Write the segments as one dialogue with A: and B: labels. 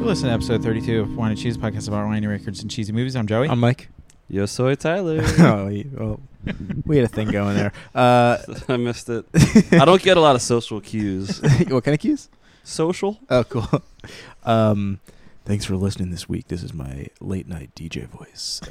A: listen to episode 32 of Wine and Cheese, a podcast about wine records and cheesy movies. I'm Joey.
B: I'm Mike.
C: Yo soy Tyler.
B: oh, you- well,
A: uh,
B: we had a thing going there. Uh,
C: I missed it. I don't get a lot of social cues.
B: what kind of cues?
C: Social?
B: Oh, cool. Um, thanks for listening this week. This is my late night DJ voice.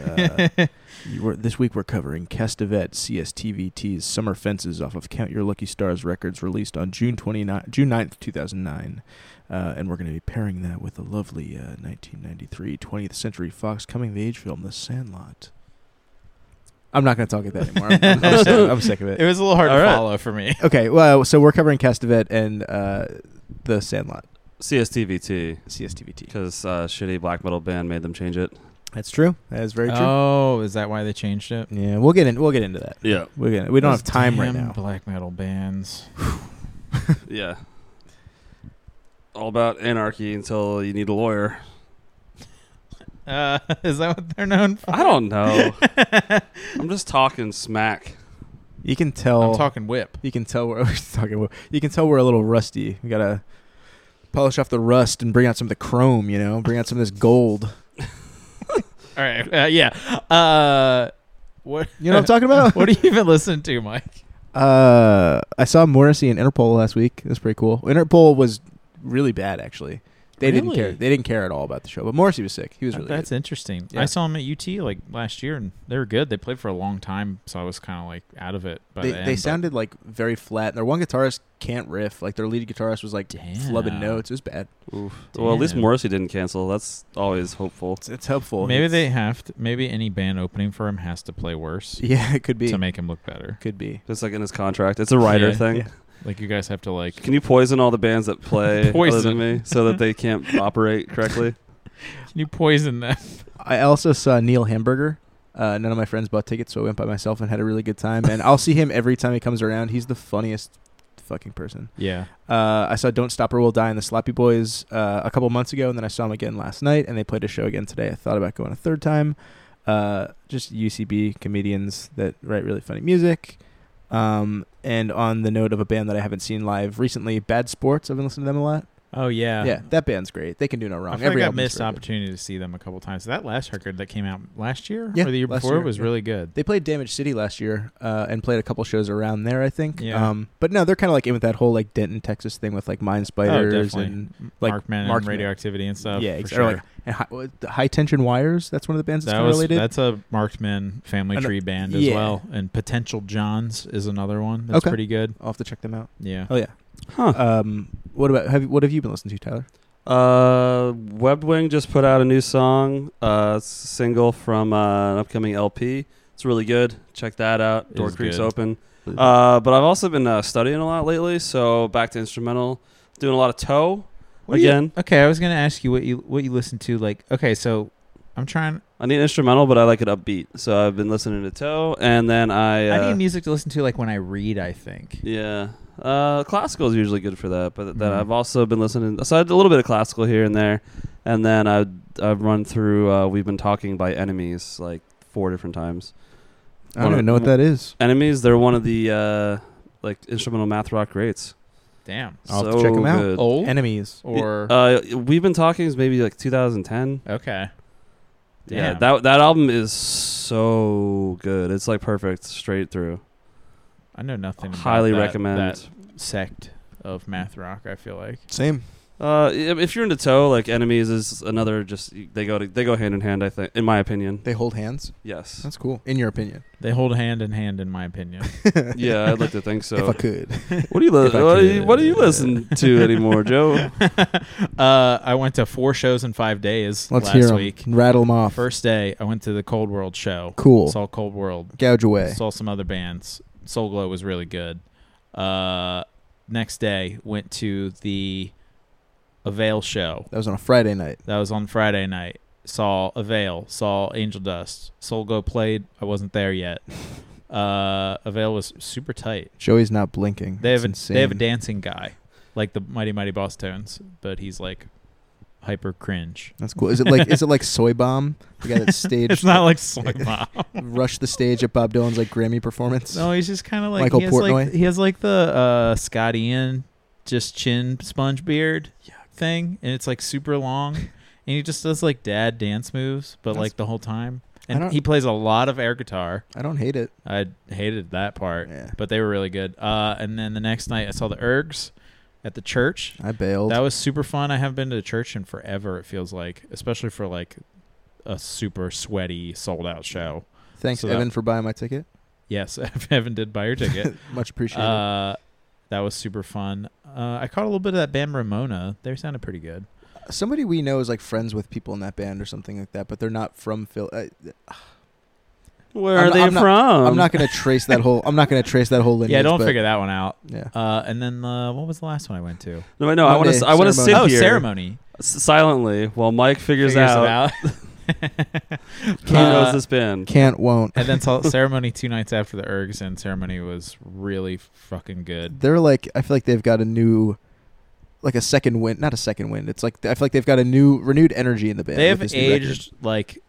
B: Uh, you were, this week we're covering Castavet CSTVT's Summer Fences off of Count Your Lucky Stars Records, released on June 29, June 9th, 2009. Uh, and we're going to be pairing that with the lovely uh, 1993 20th Century Fox coming of age film, The Sandlot. I'm not going to talk about that anymore. I'm, I'm, sick, I'm sick of it.
A: It was a little hard
C: All
A: to
C: right.
A: follow for me.
B: Okay, well, so we're covering Castavet and uh, The Sandlot,
C: CSTVT.
B: CSTVT.
C: Because uh, shitty black metal band made them change it.
B: That's true. That is very true.
A: Oh, is that why they changed it?
B: Yeah, we'll get in. We'll get into that.
C: Yeah.
B: We're gonna, we don't have
A: Those
B: time right
A: damn
B: now.
A: Black metal bands.
C: Yeah. All about anarchy until you need a lawyer.
A: Uh, is that what they're known for?
C: I don't know. I'm just talking smack.
B: You can tell.
A: I'm talking whip.
B: you can tell we're, we're talking. about- You can tell we're a little rusty. We gotta polish off the rust and bring out some of the chrome. You know, bring out some of this gold.
A: All right. Uh, yeah. Uh, what?
B: You know what I'm talking about?
A: what do you even listen to, Mike?
B: Uh, I saw Morrissey and Interpol last week. That's pretty cool. Interpol was really bad, actually. They didn't
A: Really?
B: care. They didn't care at all about the show. But Morrissey was sick. He was
A: Uh,
B: really.
A: That's
B: good.
A: interesting.
B: Yeah.
A: I saw them at UT like last year, and they were good. They played for a long time, so I was kind of like out of it. By
B: They,
A: the end,
B: they
A: but-
B: sounded like very flat. And their one guitarist can't riff. Like their lead guitarist was like flubbing
A: Damn.
B: notes. It was bad.
C: Oof. Well, at least
A: Damn.
C: Morrissey didn't cancel. That's always hopeful.
B: It's, it's helpful.
A: Maybe
B: It's-
A: they have to. Maybe any band opening for him has to play worse
B: Yeah, it could be.
A: to make him look better.
B: Could be.
C: Just like in his contract. It's a writer
A: Yeah.
C: thing.
B: Yeah.
A: Like you guys have to like.
C: Can you poison all the bands that play other
A: Poison.
C: than me so that they can't operate correctly?
A: Can you poison them?
B: I also saw Neil Hamburger. Uh, none of my friends bought tickets, so I went by myself and had a really good time. And I'll see him every time he comes around. He's the funniest fucking person.
A: Yeah.
B: Uh, I saw Don't Stop or We'll Die in the Sloppy Boys uh, a couple months ago, and then I saw him again last night, and they played a show again today. I thought about going a third time. Uh, just UCB comedians that write really funny music. Um, and on the note of a band that I haven't seen live recently, Bad Sports. I've been listening to them a lot.
A: Oh yeah.
B: yeah, that band's great. They can do no wrong.
A: I feel like I
B: album's
A: missed
B: very good.
A: opportunity to see them a couple times. That last record that came out last year
B: Yeah,
A: or the year
B: last
A: before
B: year,
A: was
B: yeah.
A: really good.
B: They played Damage City last year uh, and played a couple shows around there, I think.
A: Yeah. Oh,
B: Um, but no, they're kind of like in with that whole like Denton, Texas thing with like Mind Spiders
A: definitely.
B: and
A: Like
B: like,
A: Markman,
B: Markman.
A: and radioactivity and stuff.
B: yeah,
A: for
B: exactly.
A: sure.
B: Like, and high, what- the high Tension Wires. That's one of the bands that's
A: that
B: kind
A: was
B: of related.
A: that's a Markman family
B: An-
A: tree band as
B: uh, yeah.
A: well, and Potential Johns is another one that's
B: Okay.
A: pretty good.
B: I'll have to check them out.
A: Yeah.
B: Oh yeah.
C: Huh.
B: Um, what about have you- what have you been listening to, Tyler?
C: Uh, Webwing just put out a new song. Uh, it's a single from uh, an upcoming LP. It's really good. Check that out.
A: It
C: Door
A: is
C: Creek's
A: good.
C: open. Uh, but I've also been uh, studying a lot lately. So back to instrumental, doing a lot of toe
A: What do you-
C: again.
A: okay, I was gonna ask you what you what you listen to. Like, okay, so I'm trying.
C: I need instrumental, but I like it upbeat. So I've been listening to toe, and then I. Uh,
A: I need music to listen to like when I read. I think.
C: yeah. Uh, classical is usually good for that, but th- that
A: Mhm.
C: I've also been listening. So I did a little bit of classical here and there, and then I I've run through. Uh, We've been talking by enemies like four different times.
B: I don't
C: Wanna-
B: even know what that is.
C: Enemies, they're one of the uh, like instrumental math rock greats.
A: Damn.
B: I'll have
C: so
B: to check 'em out.
C: good.
A: Old
B: Enemies.
A: or
C: Uh, we've been talking is maybe like 2010.
A: okay.
C: Yeah,
A: Damn.
C: that that album is so good. It's like perfect straight through.
A: I know nothing. about
C: Highly
A: that-
C: recommend.
A: that sect of math rock. I feel like.
B: Same.
C: Uh, i- if you're into toe, like enemies is another. Just they go to, they go hand in hand. I think, in my opinion,
B: They hold hands.
C: yes.
B: That's cool. In your opinion,
A: They hold hand in hand, in my opinion.
C: yeah, I'd like to think
B: if I
A: uh,
C: so.
B: could.
C: What do you li-
B: if I
C: what, do you, what do you
B: could.
C: listen to anymore, Joe?
A: uh, I went to four shows in five days
B: Let's
A: last
B: hear 'em.
A: week.
B: Rattle them off.
A: First day, I went to the Cold World show.
B: Cool.
A: Saw Cold World.
B: Gouge away.
A: Saw some other bands. Soul Glow was really good. Uh, next day, went to the Avail show.
B: That was on a Friday night.
A: That was on Friday night. Saw Avail. Saw Angel Dust. Soul Glow played. I wasn't there yet. Uh, Avail was super tight.
B: Joey's not blinking.
A: They have
B: It's
A: a, they have a
B: insane.
A: dancing guy, like the Mighty Mighty Boss Tones, but he's like hyper cringe.
B: That's cool. Is it like is it like Soy Bomb? The guy that staged
A: It's not like Soy Mom.
B: rushed the stage at Bob Dylan's like Grammy performance.
A: No, he's just kind of like
B: Michael
A: he has like
B: Portnoy?
A: he has like the uh, Scotty Ian just chin sponge beard thing, and it's like super long, and he just does like dad dance moves, but
B: That's-
A: like the whole time.
B: I
A: And
B: don't-
A: he plays a lot of air guitar.
B: I don't hate it.
A: I hated that part,
B: Yeah,
A: but they were really good. Uh, and then the next night, I saw the Ergs at the church.
B: I bailed.
A: That was super fun. I haven't been to a church in forever. It feels like, especially for like a super sweaty, sold out show.
B: Thanks,
A: so that-
B: Evan, for buying my ticket.
A: Yes, Evan did buy your ticket.
B: Much appreciated.
A: uh, that was super fun. Uh, I caught a little bit of that band Ramona. They sounded pretty good.
B: Somebody we know is like friends with people in that band or something like that, but they're not from Phil. I,
C: Where
B: I'm
C: are
B: not-
C: they
B: I'm not-
C: from?
B: I'm not gonna trace that whole. I'm not gonna trace that whole lineage.
A: yeah, don't
B: but,
A: figure that one out.
B: Yeah,
A: Uh, and then uh, what was the last one I went to?
C: No, wait, no. I want
B: Monday,
C: to. I want to sit
A: oh,
C: here
A: ceremony.
C: s- silently while Mike figures, out
A: it out.
C: who
A: Uh,
C: knows this band.
B: can't, won't.
A: and then saw ceremony two nights after the ergs, and ceremony was really fucking good.
B: They're like. I feel like they've got a new, like a second wind. Not a second wind. It's like I feel like they've got a new, renewed energy in the band.
A: they
B: with
A: have
B: this new record.
A: aged like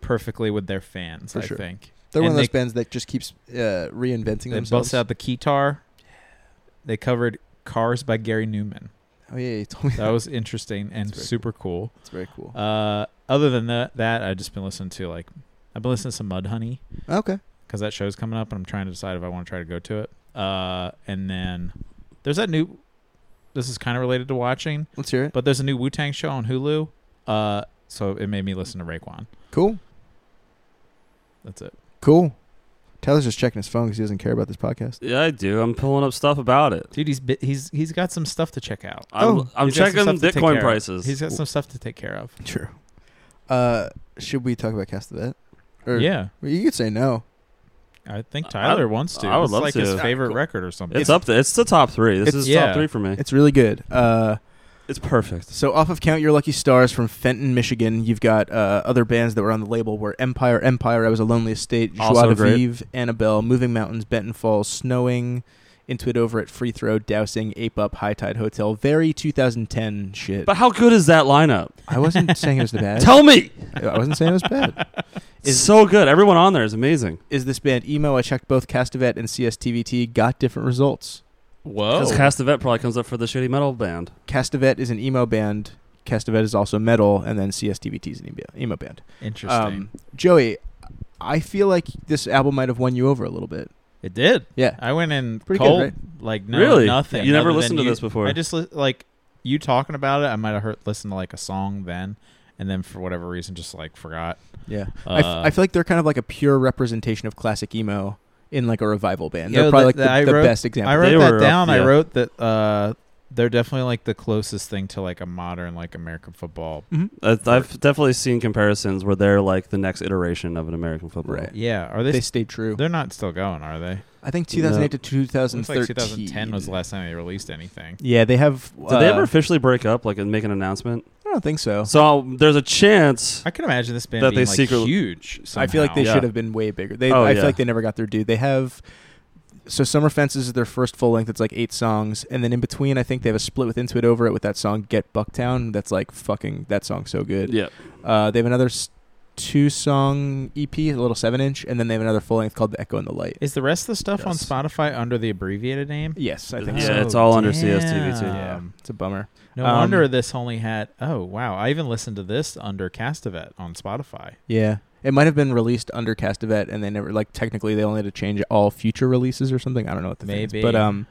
A: perfectly with their fans.
B: For
A: I
B: sure.
A: think
B: They're one
A: and
B: of those
A: they-
B: bands that just keeps uh, reinventing
A: they
B: themselves.
A: bust out the guitar. They covered "Cars" by Gary Newman.
B: Oh yeah, you told me
A: That was interesting and
B: That's very
A: super cool.
B: That's very cool.
A: Uh, other than that, that I've just been listening to like I've been listening to some Mudhoney
B: Oh, okay.
A: because that show's coming up, and I'm trying to decide if I want to try to go to it. Uh, and then there's that new. This is kind of related to watching,
B: Let's hear it.
A: but there's a new Wu Tang show on Hulu. Uh, so it made me listen to Raekwon.
B: Cool.
A: That's it.
B: Cool. Tyler's just checking his phone because he doesn't care about this podcast.
C: Yeah, I do. I'm pulling up stuff about it.
A: Dude, he's bi- he's he's got some stuff to check out.
C: I'm,
B: Oh.
C: I'm
A: He's got some
C: checking
A: stuff to take care
C: Bitcoin
A: of.
C: prices.
A: He's got some stuff to take care of.
B: True. Uh, should we talk about Cast the Vet? Or
A: yeah,
B: well, you could say no.
A: I think
C: Er, I-
A: Tyler wants to.
C: I would
A: it's
C: love
A: like
C: to.
A: his favorite
B: Cool.
A: record or something.
C: it's, up there. It's the top three. This
B: It's-
C: is
A: yeah.
C: top three for me.
B: It's really good. Uh,
C: It's perfect.
B: so off of Count Your Lucky Stars from Fenton, Michigan, you've got uh, other bands that were on the label were Empire, Empire, I Was a Lonely Estate, Joie
C: Also
B: de
C: great.
B: Vivre, Annabelle, Moving Mountains, Benton Falls, Snowing, Into It Over at Free Throw, Dousing, Ape Up, High Tide Hotel. Very 2010 shit.
C: But how good is that lineup?
B: I wasn't saying it was the bad.
C: Tell me.
B: I wasn't saying it was bad.
C: It's so good. Everyone on there is amazing.
B: Is this band emo? I checked both Castavet and CSTVT. Got different results.
A: Whoa.
C: Because Cast the Vet probably comes up for the shitty metal band.
B: Castavet is an emo band. Castavet is also metal, and then CSTVT is an emo, emo band. Um,
A: Interesting.
B: Joey, I feel like this album might have won you over a little bit.
A: it did.
B: Yeah,
A: I went in
B: Pretty good,
A: cold,
B: right?
A: like no,
C: Really?
A: nothing.
C: You never
A: other than
C: listened to
A: you-
C: this before.
A: I just li- like you talking about it. I might have heard listened to like a song then, and then for whatever reason, just like forgot.
B: yeah.
A: Uh,
B: I, f- I feel like they're kind of like a pure representation of classic emo in like a revival band.
A: Yeah,
B: They're probably
A: the-
B: like
A: the-
B: the,
A: I
B: the
A: wrote-
B: best example.
A: I wrote
C: They
A: that
C: were up-
A: down. I
C: yeah.
A: wrote that uh, they're definitely like the closest thing to like a modern like American football.
C: Uh, I've definitely seen comparisons where they're like the next iteration of an American football.
B: Right.
A: Yeah, are they?
B: they
A: they
B: stayed true.
A: are not still going, are they?
B: I think 2008 to
A: Looks
B: 2013.
A: like 2010 was the last time they released anything.
B: Yeah, they have. uh,
C: Did
A: Uh,
C: they ever officially break up, like, and make an announcement?
B: I don't think
A: Oh.
B: so.
C: So there's a chance.
A: I can imagine this band
C: That
A: being
C: they
A: like
C: secretly-
A: huge.
B: I feel like
A: somehow.
B: they
C: Yeah.
B: should have been way bigger. They,
C: Oh,
B: I
C: yeah.
B: feel like they never got their due. They have so Summer Fences is their first full length. It's like eight songs, and then in between, I think they have a split with Into It Over It with that song Get Bucktown. That's like fucking that song's so good.
C: Yeah.
B: Uh, they have another s- two song EP, a little seven inch, and then they have another full length called The Echo and the Light.
A: Is the rest of the stuff on
C: Yes.
A: Spotify under the abbreviated name?
B: Yes, I think
C: Yeah,
B: so.
C: it's all under CSTV too.
B: Yeah,
A: Oh, damn.
B: it's a bummer.
A: No
B: Um,
A: wonder this only had. Oh wow! I even listened to this under Castavet on Spotify.
B: Yeah. It might have been released under Castavet, and they never like technically they only had to change all future releases or something. I don't know what the thing is.
A: Maybe.
B: but um,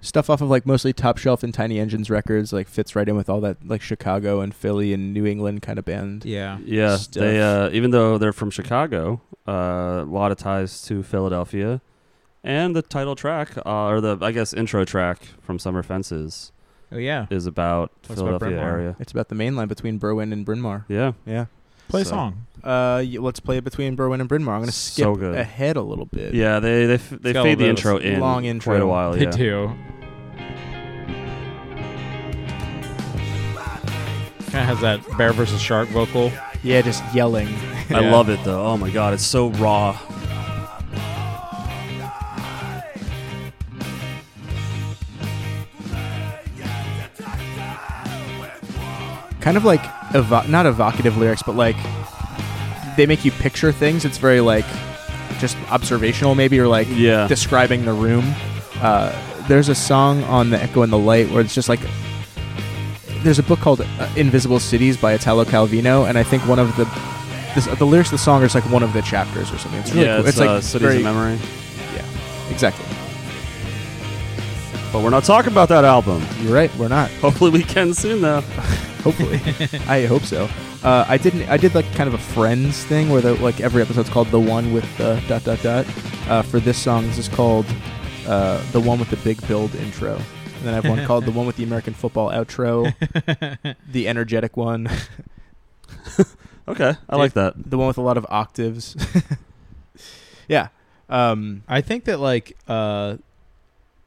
B: stuff off of like mostly Top Shelf and Tiny Engines records like fits right in with all that like Chicago and Philly and New England kind of band.
A: Yeah.
C: Yeah,
B: Stuff.
C: they uh, even though they're from Chicago, uh, a lot of ties to Philadelphia, and the title track uh, or the I guess intro track from Summer Fences
A: Oh yeah.
C: is about
A: That's about
C: Philadelphia
A: Bryn Mawr.
C: area.
B: It's about the main line between Berwyn and Bryn Mawr.
C: Yeah,
B: Yeah.
A: Play a
C: So-
A: song.
B: Uh, y- let's play it between Berwyn and Bryn Mawr. I'm gonna skip
C: So good.
B: ahead a little bit.
C: yeah, they they f- they
A: got
C: fade
A: a
C: the
A: little
C: intro in
B: long
C: quite a
B: intro.
C: while.
A: They
C: oh, Yeah,
A: do. Kind of has that bear versus shark vocal.
B: Yeah, just yelling.
C: I
A: Yeah.
C: love it though. Oh my god, it's so raw.
B: kind of like evo- not evocative lyrics, but like they make you picture things. It's very like just observational, maybe, or like
C: Yeah.
B: describing the room. Uh, there's a song on the Echo and the Light where it's just like there's a book called uh, Invisible Cities by Italo Calvino, and I think one of the this, the lyrics of the song is like one of the chapters or something. It's really
C: yeah,
B: cool.
C: it's, uh,
B: like
C: Cities
B: very-
C: of Memory.
B: exactly.
C: But we're not talking about that album.
B: You're right. We're not.
C: Hopefully, we can soon though.
B: Hopefully, I hope so. Uh, I didn't. I did like kind of a Friends thing where the, like every episode's called the one with the dot dot dot. Uh, for this song, this is called uh, the one with the big build intro, and then I have one called the one with the American football outro, the energetic one,
C: Okay, I like that.
B: the one with a lot of octaves. yeah. Um,
A: I think that like uh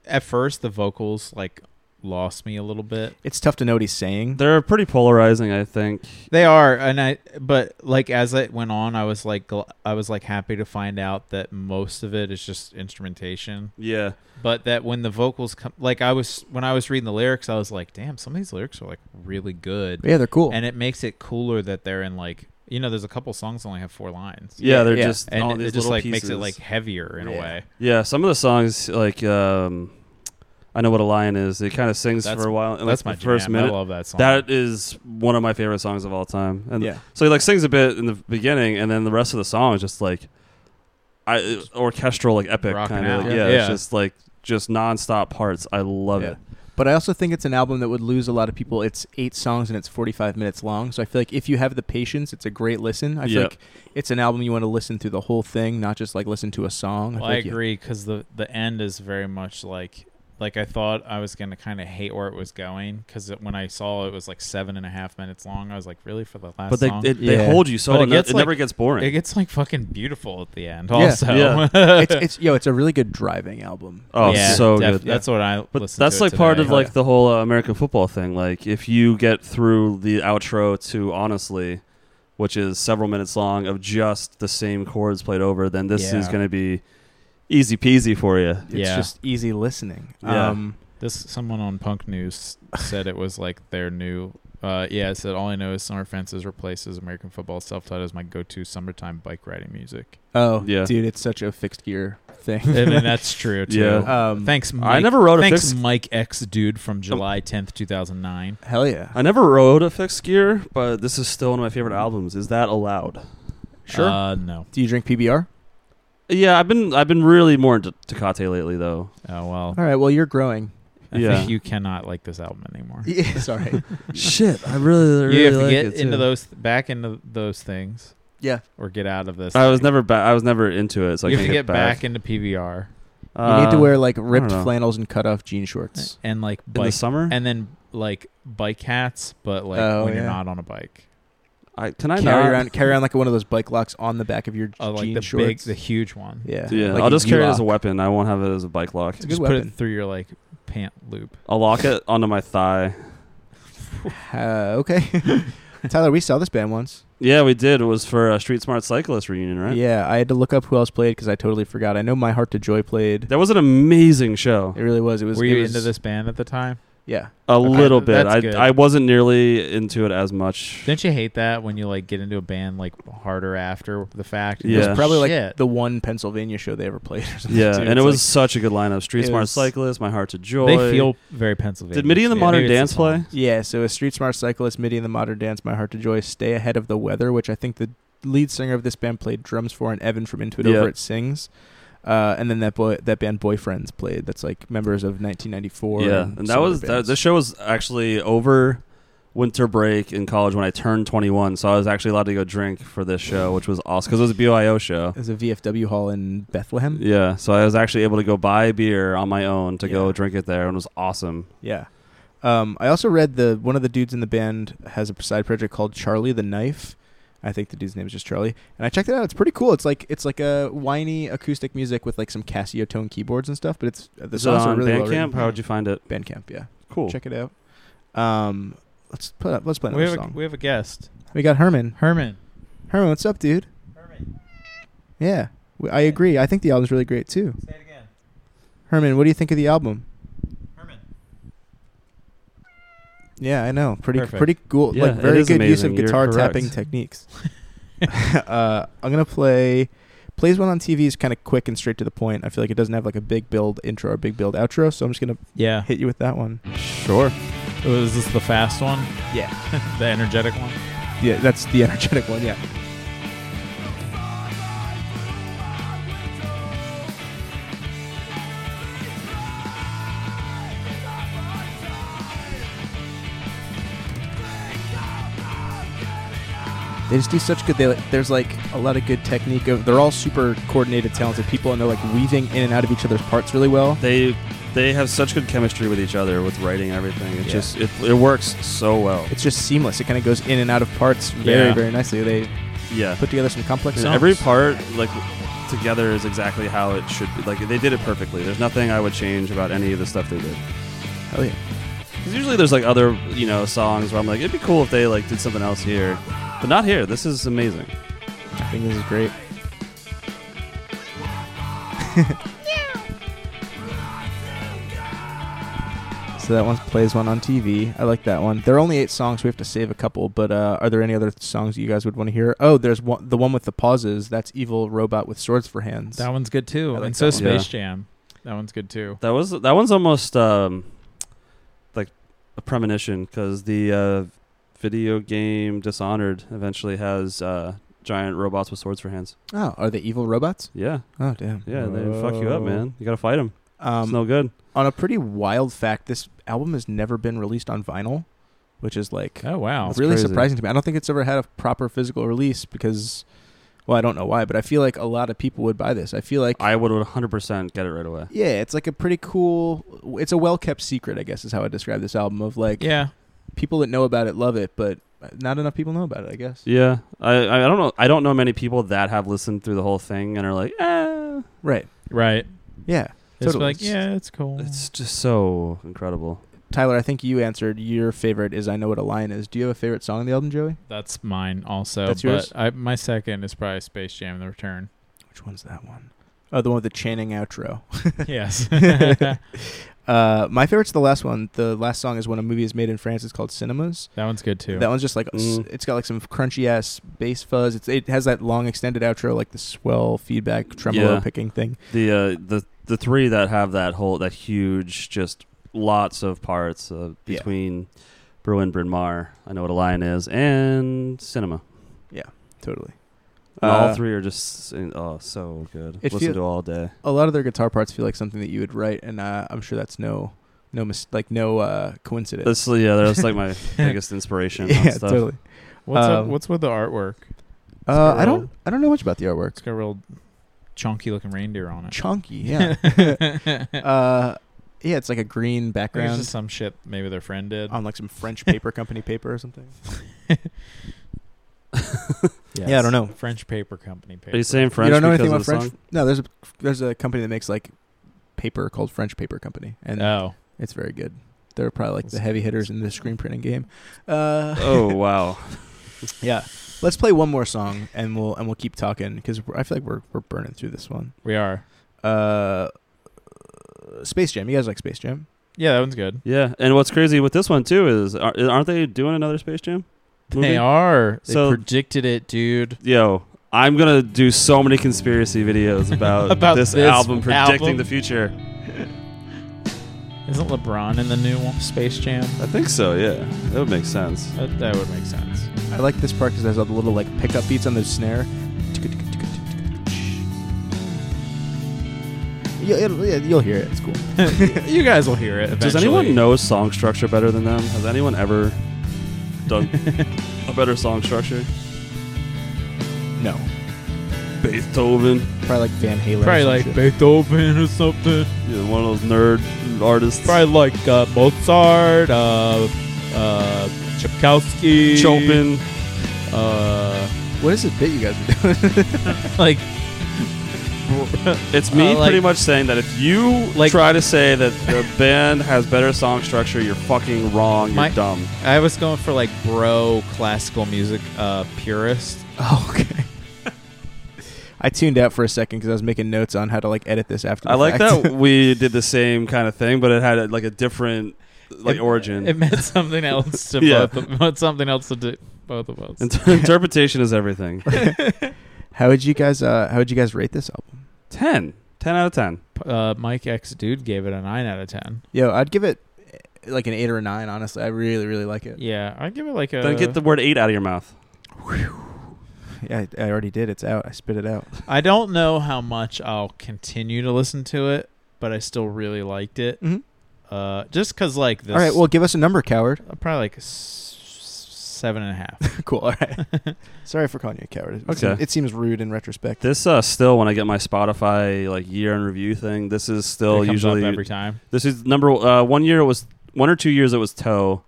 A: at first the vocals like lost me a little bit.
B: it's tough to know what he's saying.
C: They're pretty polarizing, I think.
A: They are and I but like as it went on I was like gl- I was like happy to find out that most of it is just instrumentation,
C: Yeah,
A: but that when the vocals come like I was when I was reading the lyrics I was like damn some of these lyrics are like really good.
B: yeah, they're cool.
A: And it makes it cooler that they're in like you know there's a couple songs that only have four lines.
C: yeah, they're
B: Yeah.
C: just all
A: And
C: these
A: it just
C: little
A: like makes it
C: pieces.
A: like heavier in
B: Yeah.
A: a way.
C: yeah. Some of the songs, like um, I know what a lion is. It kind of sings
A: That's-
C: for a while. And
A: That's
C: like
A: my
C: the first
A: jam.
C: minute.
A: I love that song.
C: That is one of my favorite songs of all time. And
B: yeah.
C: so he like sings a bit in the beginning, and then the rest of the song is just like, I orchestral like epic
A: Rocking
C: kind of
A: out.
C: yeah,
A: Yeah. Yeah.
C: It's just like just nonstop parts. I love
B: Yeah.
C: it.
B: But I also think it's an album that would lose a lot of people. It's eight songs and it's 45 minutes long. So I feel like if you have the patience, it's a great listen. I feel
C: Yeah.
B: like it's an album you want to listen through the whole thing, not just like listen to a song.
A: Well,
B: feel
A: I
B: like you-
A: agree because the the end is very much like like I thought I was gonna kind of hate where it was going because when I saw it was like seven and a half minutes long, I was like, really for the last
C: But they
A: song?
C: it, they
B: Yeah.
C: hold you so
A: But it
C: it,
A: gets,
C: it
A: like-
C: never gets
A: it
C: boring.
A: gets like fucking beautiful at the end.
B: Yeah.
A: Also,
C: Yeah.
B: it's, it's yo, it's a really good driving album.
C: Oh,
A: Yeah,
C: so
A: def-
C: good.
A: That's what I.
C: But
A: listened
C: that's
A: to it
C: like part
A: today.
C: of like the whole uh, American football thing. Like if you get through the outro to honestly, which is several minutes long of just the same chords played over, then this
A: Yeah.
C: is going to be easy peasy for you.
B: It's
A: Yeah.
B: just easy listening.
C: Yeah.
B: Um,
A: This someone on Punk News said it was like their new. Uh, yeah, it said all I know is Summer Fences replaces American football self-titled as my go-to summertime bike riding music,
B: oh,
C: Yeah.
B: dude, it's such a fixed gear thing.
A: and then that's true too.
C: Yeah.
B: um,
A: Thanks, Mike.
C: I never wrote a
A: Thanks,
C: fixed.
A: Mike X Dude from July 10th, 2009.
B: hell yeah.
C: I never wrote a fixed gear, but this is still one of my favorite albums. Is that allowed?
B: Sure.
A: Uh, no.
B: Do you drink PBR?
C: Yeah, I've been I've been really more into Tecate lately though.
A: Oh, well.
B: All right, well, you're growing.
A: I
C: Yeah.
A: think you cannot like this album anymore.
B: Yeah, sorry.
C: Shit, I really really
A: you have to
C: like
A: get
C: it,
A: into
C: too.
A: those, back into those things,
B: yeah.
A: or get out of this.
C: I was never ba- I was never into it, so
A: you
C: I
A: have
C: can't
A: to get back.
C: back.
A: into PBR
B: You need to wear like ripped
C: Uh, know.
B: flannels and cut off jean shorts.
A: and like
C: in the
A: bike,
C: summer.
A: and then like bike hats, but like
B: Oh,
A: when
B: yeah.
A: you're not on a bike.
C: I, can I
B: carry
C: not?
B: around carry around like one of those bike locks on the back of your
A: Oh, like
B: jean
A: the big,
B: shorts.
A: the huge one.
B: yeah,
C: Yeah,
B: like
C: I'll
B: a
C: just carry it as a
B: U-lock.
C: weapon. I won't have it as a bike lock.
B: It's a good
A: Just put
B: weapon.
A: it through your like pant loop.
C: I'll lock it onto my thigh.
B: Uh, okay, Tyler, we saw this band once.
C: Yeah, we did. It was for a Street Smart Cyclist reunion, right?
B: Yeah, I had to look up who else played because I totally forgot. I know My Heart to Joy played.
C: That was an amazing show.
B: It really was. It was.
A: Were
B: it
A: you
B: was-
A: into this band at the time?
B: Yeah,
C: A little
A: th-
C: bit.
A: that's good.
C: I, I wasn't nearly into it as much.
A: Don't you hate that when you like get into a band like harder after the fact?
C: Yeah.
B: it was probably like
A: Shit.
B: the one Pennsylvania show they ever played. Or something
C: yeah,
B: too.
C: and
B: It's
C: it was
B: like-
C: such a good lineup. Street
B: It
C: Smart
B: was-
C: Cyclist, My Heart to Joy.
A: They feel very Pennsylvania.
C: Did Midi and the
A: Yeah,
C: Modern
A: maybe it's
C: Dance
A: the
C: play?
A: song.
B: yeah, so a street smart cyclist, Midi and the Modern Dance, My Heart to Joy, Stay Ahead of the Weather, which I think the lead singer of this band played drums for, and Evan from Into It
C: Yeah.
B: Over It sings. Uh, and then that boy, that band Boyfriends played. That's like members of 1994.
C: Yeah, and that was that, the show was actually over winter break in college when I turned 21, so I was actually allowed to go drink for this show, which was awesome because it was a BYO show.
B: It was a VFW hall in Bethlehem. Yeah,
C: Yeah, so I was actually able to go buy beer on my own to
B: Yeah.
C: go drink it there, and it was awesome.
B: Um, I also read the one of the dudes in the band has a side project called Charlie the Knife. I think the dude's name is just Charlie, and I checked it out. It's pretty cool. It's like it's like a whiny acoustic music with like some Casio tone keyboards and stuff. But it's uh, the
C: Is it
B: songs are
C: on
B: really well
C: Bandcamp?
B: written.
C: How would you find it?
B: Bandcamp, yeah.
C: Cool.
B: Check it out. Um, let's put up. Let's play
A: We
B: another
A: have, a,
B: song.
A: we have a guest,
B: we got Herman.
A: Herman.
B: Herman, what's up, dude?
A: Herman,
B: Yeah, we, I agree. I think the album's really great too.
A: say it again.
B: Herman, what do you think of the album?
A: Herman.
B: Yeah, I know. Pretty
A: Perfect.
B: pretty cool.
C: Yeah,
B: like
C: it
B: very
C: is
B: good use of
C: amazing. You're
B: guitar
C: correct.
B: tapping techniques. uh, I'm gonna play plays one on TV is kind of quick and straight to the point. I feel like it doesn't have like a big build intro or big build outro, so I'm just gonna
A: Yeah.
B: hit you with that one.
C: Sure.
A: Is this the fast one?
B: Yeah.
A: The energetic one?
B: Yeah, that's the energetic one. Yeah. They just do such good. They like, there's like a lot of good technique. Of, they're all super coordinated, talented people, and they're like weaving in and out of each other's parts really well.
C: They they have such good chemistry with each other with writing and everything. It
B: Yeah.
C: just it, it works so well.
B: It's just seamless. It kind of goes in and out of parts very,
C: Yeah.
B: very nicely. They
C: yeah.
B: put together some complex.
C: And
B: songs.
C: every part like together is exactly how it should be. Like they did it perfectly. There's nothing I would change about any of the stuff they did.
B: Oh yeah.
C: 'Cause usually there's like other you know songs where I'm like it'd be cool if they like did something else here, but not here. This is amazing.
B: I think this is great. so that one plays one on TV. I like that one. There are only eight songs. We have to save a couple. But uh, are there any other songs you guys would want to hear? Oh, there's one. The one with the pauses. That's Evil Robot with Swords for Hands.
A: That one's good too.
B: I like
A: and so
B: that
C: one.
A: Space Jam. That one's good too.
C: That was that one's almost um, like a premonition because the uh, video game Dishonored eventually has uh, giant robots with swords for hands.
B: oh, are they evil robots?
C: Yeah,
B: Oh, damn.
C: yeah, they fuck you up,
A: Whoa.
C: man. You gotta fight them. it's
B: Um,
C: no good.
B: on a pretty wild fact, this album has never been released on vinyl, which is like
A: Oh wow.
C: That's
B: really
C: crazy.
B: surprising to me. I don't think it's ever had a proper physical release because, well, I don't know why, but I feel like a lot of people would buy this. I feel like,
C: I would 100% get it right away.
B: yeah, it's like a pretty cool. It's a well kept secret, I guess, is how I describe this album. Of like,
A: Yeah.
B: people that know about it love it, but not enough people know about it. I guess.
C: Yeah, I I don't know I don't know many people that have listened through the whole thing and are like, eh.
B: Right.
A: Right.
B: Yeah.
A: It's
B: Totally.
A: like yeah, it's cool.
C: It's just so incredible.
B: Tyler, I think you answered your favorite is "I Know What a Lion Is." Do you have a favorite song on the album, Joey?
A: That's mine also.
B: That's
A: but
B: yours?
A: I, my second is probably Space Jam: The Return.
B: Which one's that one? Oh, the one with the chanting outro.
A: yes.
B: that
A: that
B: Uh, my favorite's the last one. The last song is when a movie is made in France. It's called Cinemas.
A: one's good too.
B: That one's just like s
C: Mm.
B: it's got like some crunchy ass bass fuzz. It's, it has that long extended outro, like the swell feedback tremolo
C: Yeah.
B: picking thing.
C: The uh, the the three that have that whole that huge just lots of parts uh,
B: Yeah.
C: between Bruin, Bryn Mawr, I know what a lion is, and cinema.
B: Totally.
C: And
B: Uh,
C: all three are just in- oh so good.
B: it
C: Listen
B: feel-
C: to all day.
B: A lot of their guitar parts feel like something that you would write, and uh, I'm sure that's no, no mis- like no uh, coincidence.
C: That's yeah, that's like my biggest inspiration. on
B: yeah,
C: stuff.
B: totally.
A: what's up,
B: um,
A: what's with the artwork?
B: Uh, I
A: real-
B: don't, I don't know much about the artwork.
A: It's got a real chunky looking reindeer on it.
B: Chunky, yeah.
A: I
B: uh, yeah, it's like a green
A: think it's
B: background
A: just some shit maybe their friend did.
B: on like some French paper company paper or something. Yeah, I don't know.
A: French paper company paper.
C: Are you saying French?
B: you don't know
C: because
B: anything about
C: of the
B: French? No, there's a there's a company that makes like paper called French Paper Company, and
A: Oh,
B: it's very good. They're probably like the
A: Let's-
B: heavy hitters in the screen printing game. Uh,
C: Song? Oh wow.
B: yeah. Let's play one more song, and we'll and we'll keep talking because I feel like we're we're burning through this one.
A: we are.
B: Uh, Space Jam. You guys like Space Jam?
A: Yeah, that one's good.
C: Yeah, and what's crazy with this one too is ar- aren't they doing another Space Jam?
A: They
C: movie?
A: are. They
C: So-
A: predicted it, dude.
C: Yo, I'm gonna do so many conspiracy videos about,
A: About
C: this,
A: this
C: album predicting
A: album?
C: the future.
A: Isn't LeBron in the new one, Space Jam?
C: I think so. Yeah, that would make sense.
A: That, that would make sense.
B: I like this part because there's all the little like pickup beats on the snare. You'll, it'll- yeah, you'll hear it. It's cool.
A: you guys will hear it. Eventually.
C: Does anyone know song structure better than them? Has anyone ever done a better song structure?
B: No,
C: Beethoven,
B: probably like Van Halen. or
A: Probably
B: some
A: like
B: shit.
A: Beethoven or something.
C: you know, one of those nerd artists.
A: Probably like uh, Mozart, uh, uh, Tchaikovsky,
C: Chopin.
A: uh,
B: What is the bit you guys are doing?
A: like
C: It's me
A: Uh, like-
C: pretty much saying that if you
A: Like-
C: try to say that the band has better song structure, you're fucking wrong. You're
A: My-
C: dumb.
A: I was going for like bro classical music uh, purist.
B: oh, okay. I tuned out for a second because I was making notes on how to like edit this after. The
C: I like
B: fact.
C: that we did the same kind of thing, but it had like a different like
A: It-
C: origin.
A: It meant something else to
C: Yeah.
A: both. Of, meant something else to do, both of us.
C: Inter- interpretation is everything.
B: how would you guys? Uh, how would you guys rate this album?
C: 10. 10 out of 10.
A: Uh, Mike X Dude gave it a nine out of ten.
B: Yo, I'd give it eh, like an eight or a nine. Honestly, I really really like it.
A: Yeah, I give it like a.
C: Don't get the word eight out of your mouth.
B: Yeah, I, I already did. It's out. I spit it out.
A: I don't know how much I'll continue to listen to it, but I still really liked it.
B: Mhm.
A: Uh, just because like this.
B: All right. Well, give us a number, coward.
A: uh, probably like a s- seven and a half.
B: cool. All right. Sorry for calling you a coward. It
C: Okay.
B: seems- It seems rude in retrospect.
C: This uh, still when I get my Spotify like year in review thing, this is
A: It
C: still
A: comes up
C: usually
A: every time.
C: this is number uh, one year it was one or two years it was toe,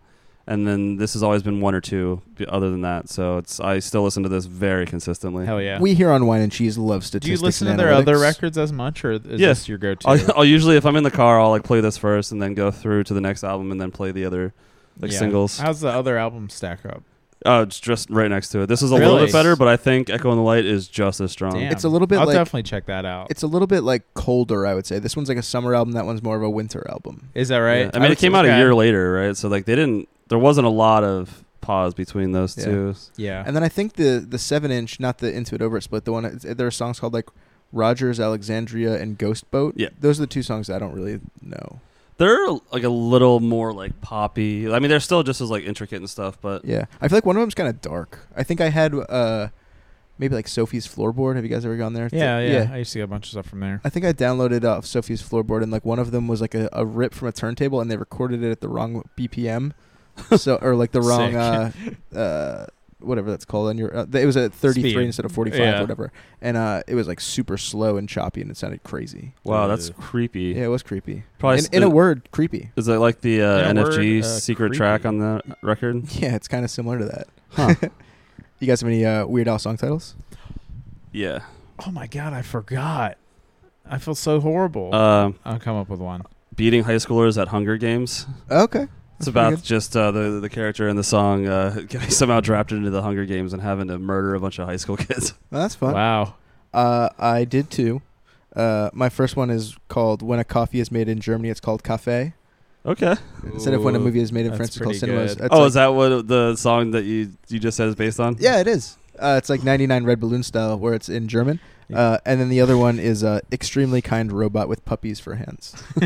C: and then this has always been one or two. b- Other than that, so it's I still listen to this very consistently.
A: Hell yeah.
B: We here on Wine and Cheese love
A: Do
B: statistics.
A: you listen to
B: and
A: their other
B: analytics.
A: records as much, or is
C: Yes.
A: this your go-to?
C: I'll, I'll usually if I'm in the car I'll like play this first and then go through to the next album and then play the other like
A: Yeah.
C: singles.
A: How's the other album stack up?
C: Oh, it's just right next to it. This is a little
A: Really?
C: bit better, but I think Echo in the Light is just as strong.
A: Damn.
B: It's a little bit
A: I'll
B: like
A: definitely check that out.
B: it's a little bit like colder. I would say this one's like a summer album. That one's more of a winter album.
A: Is that right?
C: Yeah. I mean, it
A: would
C: came
A: say-
C: out
A: okay.
C: a year later, right? So like they didn't. There wasn't a lot of pause between those
B: Yeah.
C: two.
A: Yeah.
B: And then I think the the seven inch, not the into it over it split. The one it's- there are songs called like Rogers, Alexandria, and Ghost Boat.
C: Yeah.
B: those are the two songs that I don't really know.
C: They're like a little more like poppy. I mean, they're still just as like intricate and stuff, but
B: Yeah, I feel like one of them's kind of dark. I think I had uh maybe like Sophie's Floorboard. Have you guys ever gone there?
A: yeah, yeah, I used to get a bunch of stuff from there.
B: I think I downloaded off Sophie's Floorboard, and like one of them was like a, a rip from a turntable, and they recorded it at the wrong BPM, so or like the wrong
A: Sick.
B: uh, uh, whatever that's called. And your uh, it was at 33
A: Speed.
B: instead of 45
A: Yeah.
B: or whatever, and uh, it was like super slow and choppy, and it sounded crazy.
C: wow, that's
A: Ugh.
C: creepy.
B: Yeah, it was creepy.
C: Probably
B: in,
C: s-
B: in a word, creepy.
C: is it like the uh,
A: In a word,
C: NFG
A: uh,
C: secret
A: creepy.
C: track on the record?
B: Yeah, it's kind of similar to that.
C: Huh.
B: You guys have any uh, Weird Al song titles?
C: yeah.
A: Oh my god, I forgot. I feel so horrible.
C: Um,
A: I'll come up with one.
C: beating high schoolers at Hunger Games.
B: Okay,
C: It's
B: That's pretty
C: about
B: good.
C: just uh, the the character in the song uh, getting somehow drafted into the Hunger Games and having to murder a bunch of high school kids.
B: Well, that's fun.
A: Wow.
B: Uh, I did too. Uh, my first one is called "When a Coffee is Made in Germany." It's called "Cafe."
C: Okay.
B: Instead of "When a
A: Ooh.
B: Movie is Made in
A: that's
B: France," it's called
A: pretty
B: "Cinemas."
A: good.
B: That's
C: oh,
B: like-
C: is that what the song that you you just said is based on?
B: Yeah, it is. Uh, it's like 99 Red Balloon style, where it's in German.
A: Yeah.
B: Uh, and then the other one is uh, "Extremely Kind Robot with Puppies for Hands."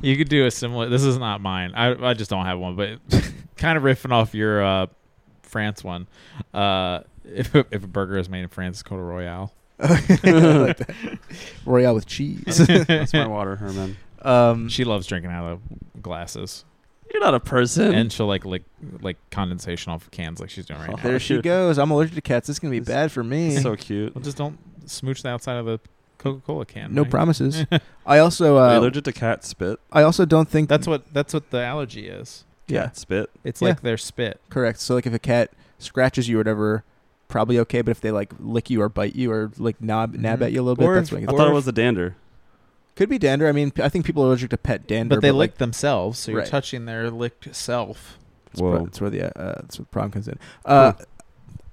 A: you could do a similar. This is not mine. I I just don't have one, but kind of riffing off your uh, France one. Uh, if if a burger is made in France, it's called a Royale.
B: I like that. Royale with cheese.
C: That's my water, Herman.
B: Um,
A: She loves drinking out of glasses,
C: You're not a person.
A: and she'll like lick like condensation off of cans like she's doing right now.
B: there she goes. I'm allergic to cats. This is gonna be
C: It's
B: bad for me.
C: so cute.
A: Well, just don't smooch the outside of a Coca Cola can.
B: no
A: right? Eh.
B: promises. I also,
C: Are you
B: uh,
C: allergic to cat spit?
B: I also don't think
A: That's what that's what the allergy is.
B: Yeah.
C: Cat spit.
A: It's
B: Yeah.
A: like their spit.
B: Correct. So like if a cat scratches you or whatever, probably okay. But if they like lick you or bite you or like nab nab
A: Mhm.
B: at you a little bit,
A: Or
B: that's
A: if-
B: when it
C: I
B: gets-
A: or-
C: thought it was the dander.
B: could be dander. I mean, p- I think people are allergic to pet dander,
A: but they
B: like
A: lick themselves, so you're
B: Right.
A: touching their licked self.
B: that's where- that's where the uh, uh, that's where the problem comes in. Uh,
C: Huh.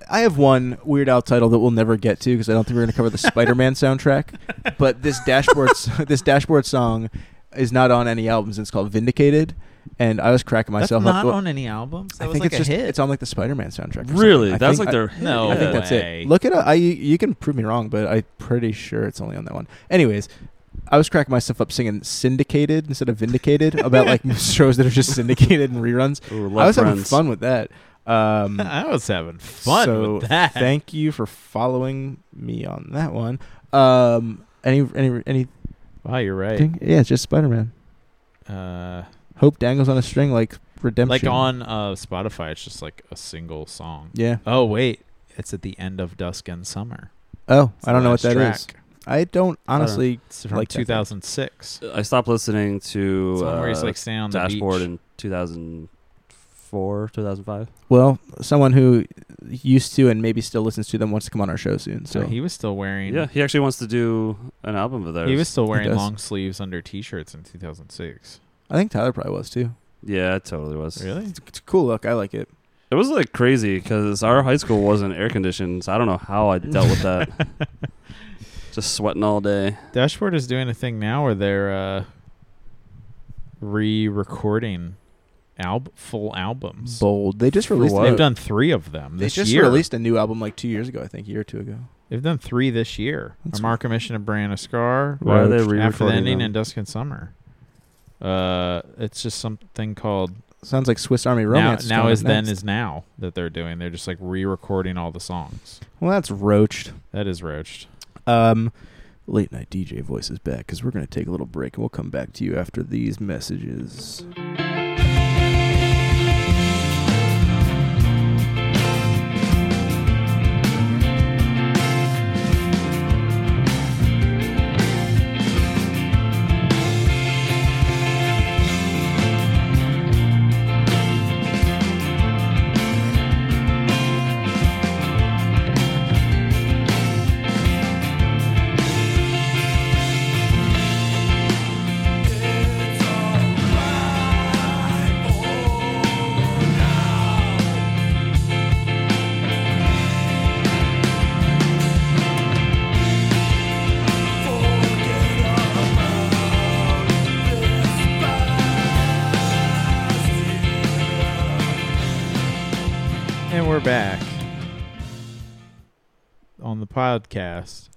B: I have one Weird Al title that we'll never get to because I don't think we're going to cover the Spider-Man soundtrack. But this dashboard s- this dashboard song is not on any albums. It's called Vindicated, and I was cracking myself
A: that's
B: up.
A: not
B: Well,
A: on any albums. That
B: I
A: was
B: think
A: like
B: it's
A: a
B: just
A: hit.
B: it's on like the Spider-Man soundtrack. or something.
C: Really?
B: I
C: That's
B: think-
C: like their
A: No
B: I think
A: way.
B: that's it. Look it up. I you can prove me wrong, but I'm pretty sure it's only on that one. Anyways, I was cracking myself up singing "syndicated" instead of "vindicated" about like shows that are just syndicated and reruns.
C: Ooh, love
B: I was having
C: friends.
B: fun with that. Um,
A: I was having fun
B: so
A: with that.
B: Thank you for following me on that one. Um, any any anything?
A: wow, you're right.
B: Yeah, it's just Spider Man.
A: Uh,
B: Hope dangles on a string like redemption.
A: like on uh, Spotify, it's just like a single song.
B: Yeah.
A: Oh wait, it's at the end of Dusk and Summer.
B: Oh,
A: It's
B: I
A: the
B: don't know what
A: last
B: that is.
A: track.
B: I don't
C: know.
B: honestly.
A: It's from
B: Like that thing.
A: 2006.
C: I stopped listening to
A: It's one where he's
C: uh,
A: like standing on the
C: Dashboard
A: beach.
C: in 2004, 2005.
B: Well, someone who used to and maybe still listens to them wants to come on our show soon. So,
A: so he was still wearing.
C: Yeah, he actually wants to do an album of theirs.
A: He was still wearing
B: does.
A: long sleeves under t-shirts in 2006.
B: I think Tyler probably was too.
C: yeah, it totally was.
A: Really?
B: It's a cool look. I like it.
C: It was like crazy because our high school wasn't air conditioned, so I don't know how I dealt with that. Just sweating all day.
A: Dashboard is doing a thing now where they're uh, re-recording alb- full albums.
B: Bold. They just
C: For
B: released.
C: what?
A: They've
B: They've
A: done three of them this
B: just
A: year.
B: released a new album like two years ago, I think, a year or two ago.
A: They've done three this year.
B: That's
A: a Mark Commission, a Brand, a Scar,
C: Why are they
A: After the
C: re-recording
A: Ending,
C: them?
A: and Dusk and Summer. Uh, it's just something called
B: Sounds like Swiss Army
A: now,
B: Romance.
A: now
B: coming
A: is
B: up
A: then
B: next.
A: is now that they're doing. They're just like re-recording all the songs.
B: well, that's roached.
A: That is roached.
B: Um, late night DJ voice is back because we're gonna take a little break and we'll come back to you after these messages.
A: And we're back on the podcast.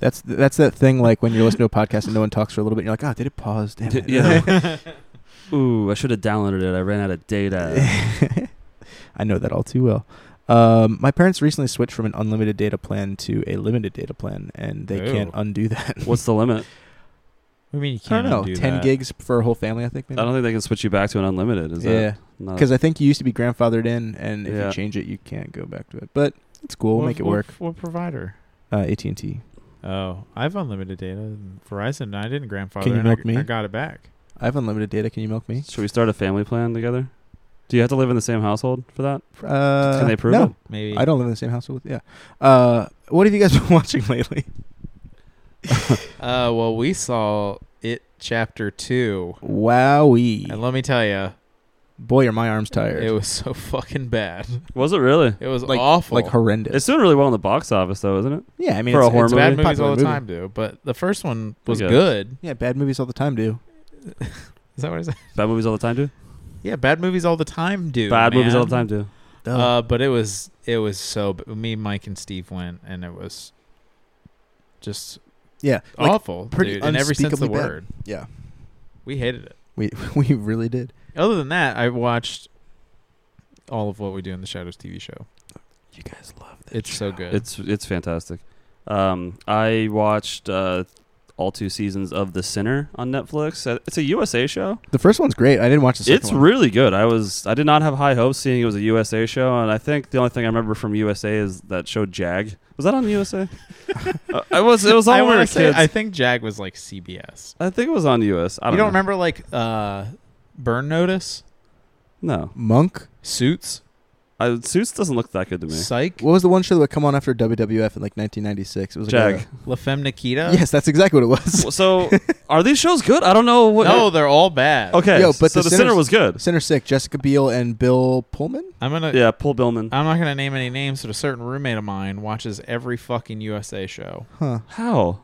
B: That's that's that thing like when you're listening to a podcast and no one talks for a little bit. You're like, ah, did it pause? Damn it.
C: Yeah. Ooh, I should have downloaded it. I ran out of data.
B: I know that all too well. Um, my parents recently switched from an unlimited data plan to a limited data plan, and they can't
A: Ew.
B: undo that.
C: What's the limit?
A: I mean, you
B: I
A: can't
B: don't know,
A: undo
B: ten
A: that.
B: gigs for a whole family. I think.
C: I
B: Maybe?
C: don't think they can switch you back to an unlimited. Is that
B: yeah,
C: not-
B: because I think you used to be grandfathered in, and if
C: Yeah.
B: you change it, you can't go back to it. But it's cool. We'll
A: What-
B: make it
A: what-
B: work.
A: What provider?
B: Uh, AT and T.
A: Oh, I've unlimited data. and Verizon, I didn't grandfather.
B: Can you
A: in, I-
B: milk me?
A: I got it back.
B: I have unlimited data. Can you milk me?
C: Should we start a family plan together? Do you have to live in the same household for that?
B: Uh,
C: Can they prove
B: no,
C: it?
A: Maybe
B: I don't live in the same household. With, yeah. Uh, what have you guys been watching lately?
A: Uh, well, we saw it chapter two,
B: Wowie.
A: and let me tell you,
B: Boy, are my arms tired.
A: it was so fucking bad.
C: Was it really?
A: It was
B: Like-
A: awful.
B: like horrendous.
C: It's doing really well in the box office, though, isn't it?
B: yeah, I mean,
C: for
B: it's,
C: a horror
B: it's
A: It's
C: movie.
A: bad
B: a
A: movies
B: popular
A: all the
B: movie.
A: time do, but the first one was
C: Pretty
A: good.
B: Yeah, bad movies all the time do.
A: Is that what I said?
C: Bad movies all the time, too.
A: Yeah, bad movies all the time do.
C: Bad movies all the
A: man.
C: time, too.
B: Oh. Um,
A: Uh, but it was it was so. b- Me, Mike, and Steve went, and it was just
B: yeah, like,
A: awful,
B: pretty
A: dude, in every sense of the
B: unspeakably bad.
A: word.
B: yeah.
A: We hated it.
B: We we really did.
A: Other than that, I watched all of what we do in the Shadows TV show.
B: You guys love this.
A: It's so good.
C: It's it's fantastic. Um, I watched uh, all two seasons of The Sinner on Netflix. Uh, It's a USA show.
B: The first one's great. I didn't watch the second
C: It's
B: one.
C: really good. I was I did not have high hopes seeing it was a USA show, and I think the only thing I remember from USA is that show Jag. Was that on USA? uh, it was. It was on
A: I
C: when we
A: wanna
C: were
A: say-
C: kids.
A: I
C: I,
A: think Jag was like CBS.
C: think it was on US. I
A: you
C: don't,
A: don't
C: know.
A: remember like uh, Burn Notice,
C: No,
B: Monk.
A: Suits,
C: I, Suits doesn't look that good to me.
A: Psych,
B: What was the one show that would come on after WWF in like 1996? It was like
C: Jag.
A: La Femme Nikita?
B: a- yes, that's exactly what it was.
C: so are these shows good? I don't know. What,
A: No, they're all bad.
C: Okay.
B: Yo, but
C: so
B: The
C: the, Sinner
B: Sinner's-
C: was good.
B: Center Sick, Jessica Biel, and Bill Pullman.
A: I'm gonna.
C: Yeah, Paul Billman.
A: I'm not gonna name any names, but a certain roommate of mine watches every fucking USA show.
B: Huh.
C: How?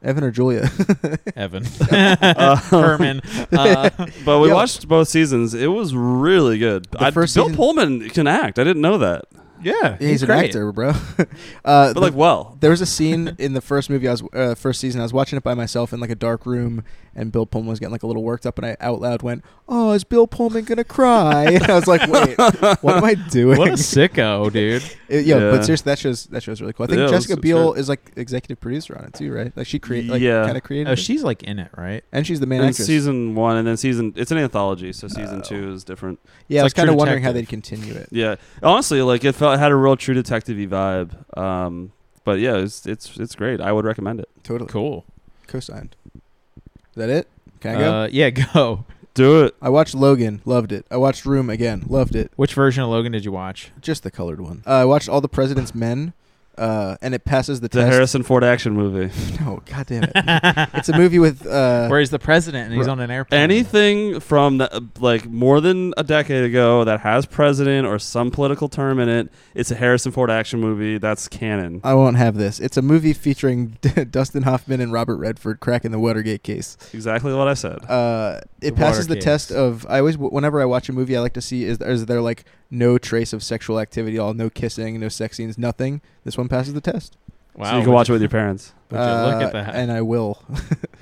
B: Evan or Julia.
A: Evan, Herman. Uh,
C: But we
B: Yo.
C: watched both seasons. It was really good.
B: The
C: I,
B: first
C: Bill
B: season-
C: Pullman can act. I didn't know that.
A: yeah,
B: He's, an
A: great.
B: actor, bro. uh,
C: But like, well,
B: There was a scene in the first movie I was uh, first season. I was watching it by myself in like a dark room, and Bill Pullman was getting like a little worked up, and I out loud went, "Oh, is Bill Pullman gonna cry?" and I was like, "Wait, what am I doing?"
A: What a sicko, dude.
B: It- yo,
C: Yeah.
B: but seriously, that shows that shows really cool. I think
C: Yeah, it was-
B: Jessica
C: it's
B: Biel
C: great.
B: is like executive producer on it too, right? Like she created, like
C: Yeah.
B: kind of created,
A: Oh,
B: it.
A: she's like in it, right?
B: and she's the main
C: in
B: actress.
C: season one and then season it's an anthology, so season
B: Oh.
C: two is different.
B: yeah, I was
A: it's like
B: kind of
A: True
B: wondering how
A: Detective.
B: they'd continue it.
C: Yeah, honestly, like it felt it had a real True Detective vibe. Um, but yeah, it's it's it's great. I would recommend it.
B: Totally
A: Cool.
B: co-signed. Is that it? Can I go?
A: Uh, yeah, go.
C: Do it.
B: I watched Logan, loved it. I watched Room again, loved it.
A: Which version of Logan did you watch?
B: Just the colored one. Uh, I watched All the President's Men, uh, and it passes the
C: The
B: test.
C: Harrison Ford action movie.
B: No, God damn it. it's a movie with uh,
A: Where he's the president and he's
B: Ru-
A: on an airplane.
C: Anything from the, like more than a decade ago that has president or some political term in it, it's a Harrison Ford action movie. That's canon.
B: I won't have this. It's a movie featuring Dustin Hoffman and Robert Redford cracking the Watergate case.
C: Exactly what I said.
B: Uh, it
A: The
B: passes the
A: Watergate.
B: test of I always whenever I watch a movie I like to see is is there like no trace of sexual activity at all, no kissing, no sex scenes, nothing. This one passes the test.
A: Wow.
C: so you can watch it with your parents.
A: Would you look
B: Uh,
A: at that?
B: And I will.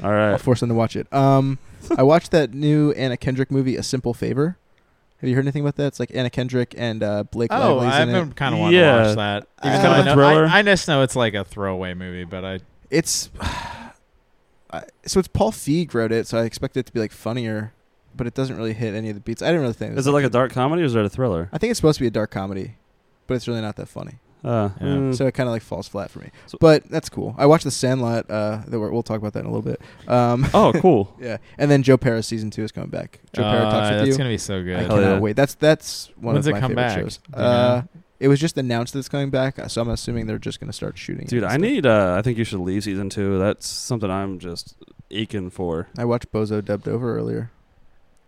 C: All right.
B: I'll force them to watch it. Um, I watched that new Anna Kendrick movie, A Simple Favor. Have you heard anything about that? It's like Anna Kendrick and uh, Blake
A: Oh,
B: Lively's
A: I've
B: in
A: been
B: it.
A: kind of wanting
C: Yeah.
A: to watch that.
B: Even
A: Even
B: though
A: though
B: it's
A: I,
C: a
A: know,
C: thriller?
A: I, I just know it's like a throwaway movie, but I
B: It's I- so it's Paul Feig wrote it, so I expect it to be like funnier, but it doesn't really hit any of the beats. I didn't really think.
C: Is it like a dark comedy or is it a thriller?
B: I think it's supposed to be a dark comedy, but it's really not that funny.
C: Uh,
A: Yeah.
C: mm.
B: So it kind of like falls flat for me.
C: So-
B: but that's cool. I watched The Sandlot. Uh, that we're, we'll talk about that in a little bit. Um,
C: oh, cool.
B: yeah, and then Joe Parra season two is coming back. Joe Parra
A: uh,
B: talks with
A: that's
B: you.
A: gonna be so good.
B: I
C: Hell
B: cannot
C: yeah.
B: wait. That's that's one
A: When's it
B: of my
A: come
B: favorite
A: back?
B: shows.
A: Do you know?
B: Uh, it was just announced that it's coming back, so I'm assuming they're just going to start shooting. it
C: Dude,
B: and
C: I
B: stuff.
C: need. Uh, I think you should leave season two. That's something I'm just aching for.
B: I watched Bozo dubbed over earlier.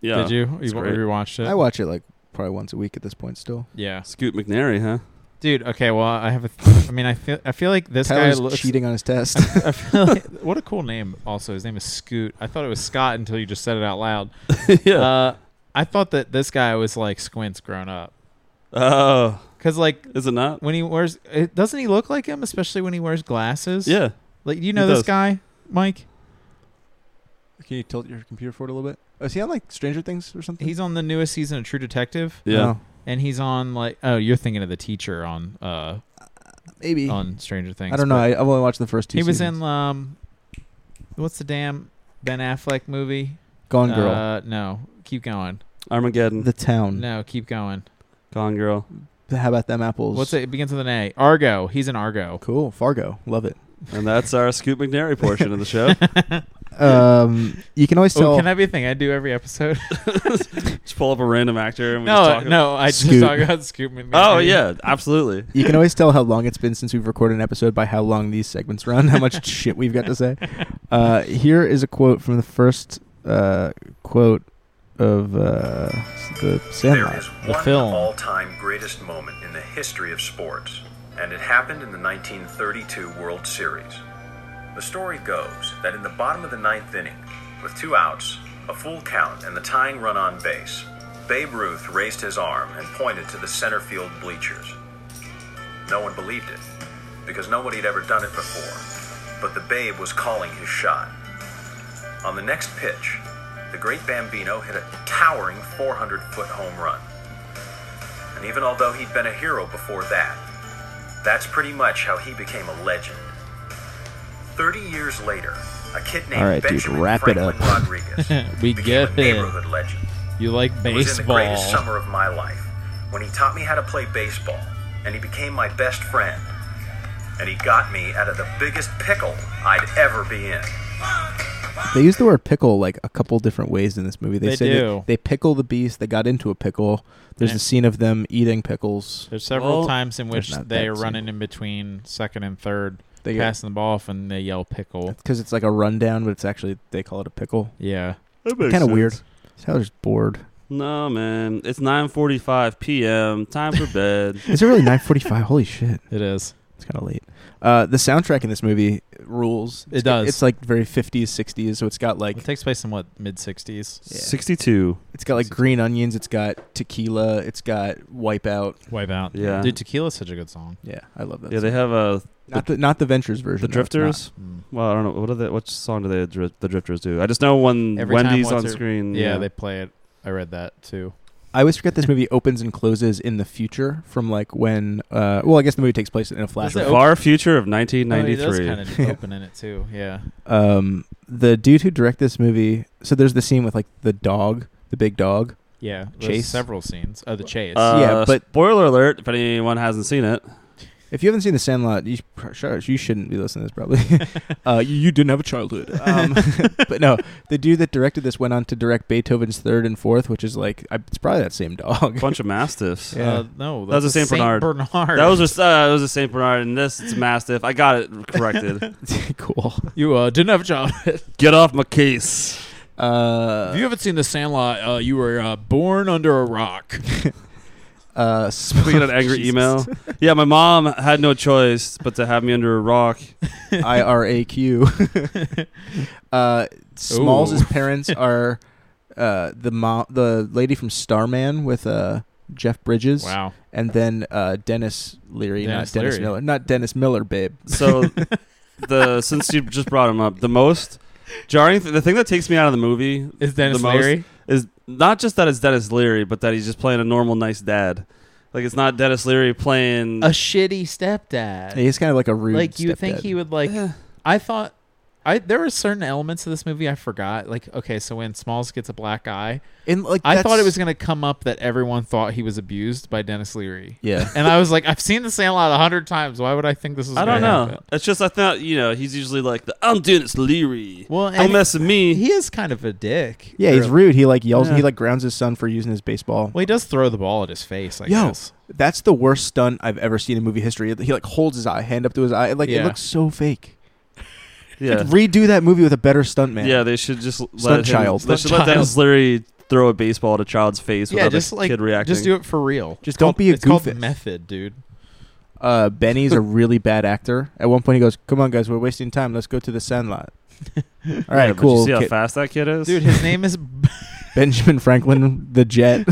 C: Yeah.
A: Did you? You
C: it's
A: wa-
C: great.
A: rewatched it?
B: I watch it like probably once a week at this point. Still,
A: Yeah,
C: Scoot McNairy, huh?
A: dude. Okay, well, I have a. Th- I mean, I feel. I feel like this
B: Tyler's
A: guy looks.
B: cheating on his test.
A: I feel like, what a cool name. Also, his name is Scoot. I thought it was Scott until you just said it out loud.
C: yeah.
A: Uh, I thought that this guy was like Squints grown up,
C: oh,
A: cause like
C: is it not?
A: when he wears, it, doesn't he look like him? Especially when he wears glasses.
C: Yeah.
A: Like you know this
C: does.
A: guy, Mike.
B: Can you tilt your computer forward a little bit? Oh, is he on like Stranger Things or something?
A: He's on the newest season of True Detective,
C: Yeah.
B: No.
A: and he's on like oh, you're thinking of the teacher on uh
B: maybe.
A: on Stranger Things.
B: I don't know.
A: but
B: I, I've only watched the first two.
A: He was
B: seasons.
A: in um, what's the damn Ben Affleck movie?
B: Gone Girl, Um,
A: Uh, no, keep going.
C: Armageddon.
B: The Town.
A: No, keep going.
C: Gone Girl.
B: How about them apples?
A: What's it? It begins with an A. Argo. He's an Argo.
B: Cool, Fargo, love it.
C: And that's our Scoot McNairy portion of the
B: Oh,
C: show.
B: Um, you can always tell.
A: oh, can that be a thing I do every episode?
C: just pull up a random actor and we just
A: no,
C: talk.
A: no, I just
B: Scoot.
A: talk about Scoop McNairy.
C: Oh yeah, absolutely.
B: you can always tell how long it's been since we've recorded an episode by how long these segments run, how much shit we've got to say. Uh, here is a quote from the first uh, quote of uh, s- the
D: There
B: Sandlot.
D: is
A: The
D: one
A: film.
D: all-time greatest moment in the history of sports, and it happened in the 1932 World Series. The story goes that in the bottom of the ninth inning, with two outs, a full count, and the tying run on base, Babe Ruth raised his arm and pointed to the center field bleachers. No one believed it, because nobody had ever done it before, but the Babe was calling his shot. On the next pitch, the great Bambino hit a towering 400 foot home run. And even although he'd been a hero before that, that's pretty much how he became a legend. 30 years later, a kid named
B: All right, dude,
D: Benjamin
B: wrap it
D: Franklin
B: up.
D: Rodriguez
A: We
D: became
A: get
D: a
A: it.
D: neighborhood legend.
A: You like
D: It was in the
A: baseball?
D: greatest summer of my life when he taught me how to play baseball and he became my best friend. And he got me out of the biggest pickle I'd ever be in.
B: They use the word pickle like a couple different ways in this movie. They,
A: They
B: say
A: do.
B: They, they pickle the beast. They got into a pickle. There's
A: Yeah.
B: a scene of them eating pickles.
A: There's several
C: Well,
A: times in which
B: there's not
A: they
B: that
A: are
B: scene.
A: running in between second and third,
B: They get-
A: passing the ball off, and they yell pickle.
B: because it's like a rundown, but it's actually they call it a pickle.
A: Yeah.
B: Kind of weird. Tyler's bored.
C: No man, it's 9:45 p.m. Time for bed.
B: Is it really 9:45? Holy shit!
A: It is.
B: It's kind of late. Uh, the soundtrack in this movie rules.
A: It
B: It's got-
A: does.
B: It's like very 50s, 60s. So it's got like
A: It takes place in what mid '60s.
C: 62.
B: it's got like green onions. It's got tequila. It's got Wipeout.
A: Wipe out.
C: Yeah.
A: Dude, tequila's such a good song.
B: Yeah, I love that.
C: Yeah, they
B: song.
C: have uh,
B: not the not the Ventures version.
C: the
B: no, it's not.
C: Drifters.
A: Mm.
C: Well, I don't know what are they, what song do they dri- the Drifters do? I just know when
A: Every time
C: Wendy's
A: once
C: on
A: they're-
C: screen.
A: Yeah, they play it. I read that too.
B: I always forget this movie opens and closes in the future from like when. Uh, well, I guess the movie takes place in a
A: Does
B: flash.
A: it
C: the far
A: Oh,
C: future of 1993.
A: kind of open in it too. Yeah.
B: Um, the dude who directed this movie. So there's the scene with like the dog, the big dog.
A: Yeah. there's
B: Chase?
A: Several scenes. Oh, the chase.
C: uh,
B: yeah, but-
C: spoiler alert! If anyone hasn't seen it,
B: If you haven't seen The Sandlot, you pr- sure, you shouldn't be listening to this probably. uh, you, you didn't have a childhood. Um, but no, the dude that directed this went on to direct Beethoven's Third and Fourth, which is like I, it's probably that same dog.
C: bunch of mastiffs.
B: yeah.
A: Uh, no,
C: That was
A: that's
C: a Saint Bernard.
A: Bernard.
C: That was just uh, it was a Saint Bernard, and this it's a mastiff. I got it corrected.
B: cool.
A: you uh, didn't have a job.
C: Get off my case.
B: Uh,
A: if you haven't seen The Sandlot, uh, you were uh, born under a rock.
B: uh,
C: We get an angry email. Yeah, my mom had no choice but to have me under a rock.
B: I R A Q. Uh, Smalls'
A: Ooh.
B: parents are uh, the mom, the lady from Starman with uh, Jeff Bridges,
A: wow.
B: and then uh, Dennis Leary,
A: Dennis
B: not Dennis
A: Leary.
B: Miller, not Dennis Miller, babe.
C: So the since you just brought him up, the most jarring. Th- the thing that takes me out of the movie
A: Is Dennis
C: the most
A: Leary?
C: is not just that it's Dennis Leary, but that he's just playing a normal, nice dad. Like it's not Dennis Leary playing.
A: A shitty stepdad.
B: He's kind of like a rude.
A: like you think
B: stepdad.
A: he would like
C: Eh.
A: I thought I there were certain elements of this movie I forgot. Like okay, so when Smalls gets a black eye,
B: And like
A: I thought it
B: that's-
A: was going to come up that everyone thought he was abused by Dennis Leary.
B: Yeah.
A: And I was like, I've seen The Sandlot a hundred times. Why would I think this is?
C: I don't
A: gonna
C: know.
A: happen?
C: It's just I thought you know he's usually like the I'm Dennis Leary.
A: Well,
C: don't
A: and-
C: mess with me.
A: He is kind of a dick.
B: Yeah, he's
A: Or-
B: rude. He like yells.
C: Yeah.
B: He like grounds his son for using his baseball.
A: Well, he does throw the ball at his face. I
B: Yo,
A: guess.
B: that's the worst stunt I've ever seen in movie history. He like holds his eye, hand up to his eye. Like
A: Yeah.
B: it looks so fake.
C: yeah,
B: Redo that movie with a better stunt man.
C: yeah. They should just let
B: Stunt
C: him-
B: child.
C: They should
A: Stunt
C: let
A: child.
C: Dennis Leary throw a baseball at a child's face
A: Yeah,
C: without
A: just
C: the
A: like
C: kid reacting.
A: just do it for real.
B: Just
A: It's
B: don't
A: called-
B: be a
A: it's called
B: goofus.
A: method, dude.
B: Uh, Benny's a really bad actor. At one point, he goes, "Come on, guys, we're wasting time. Let's go to the Sandlot." All
C: Yeah,
B: right,
C: but
B: cool.
C: You see how
B: Ki-
C: fast that kid is,
A: Dude, his name is
B: Benjamin Franklin, the Jet.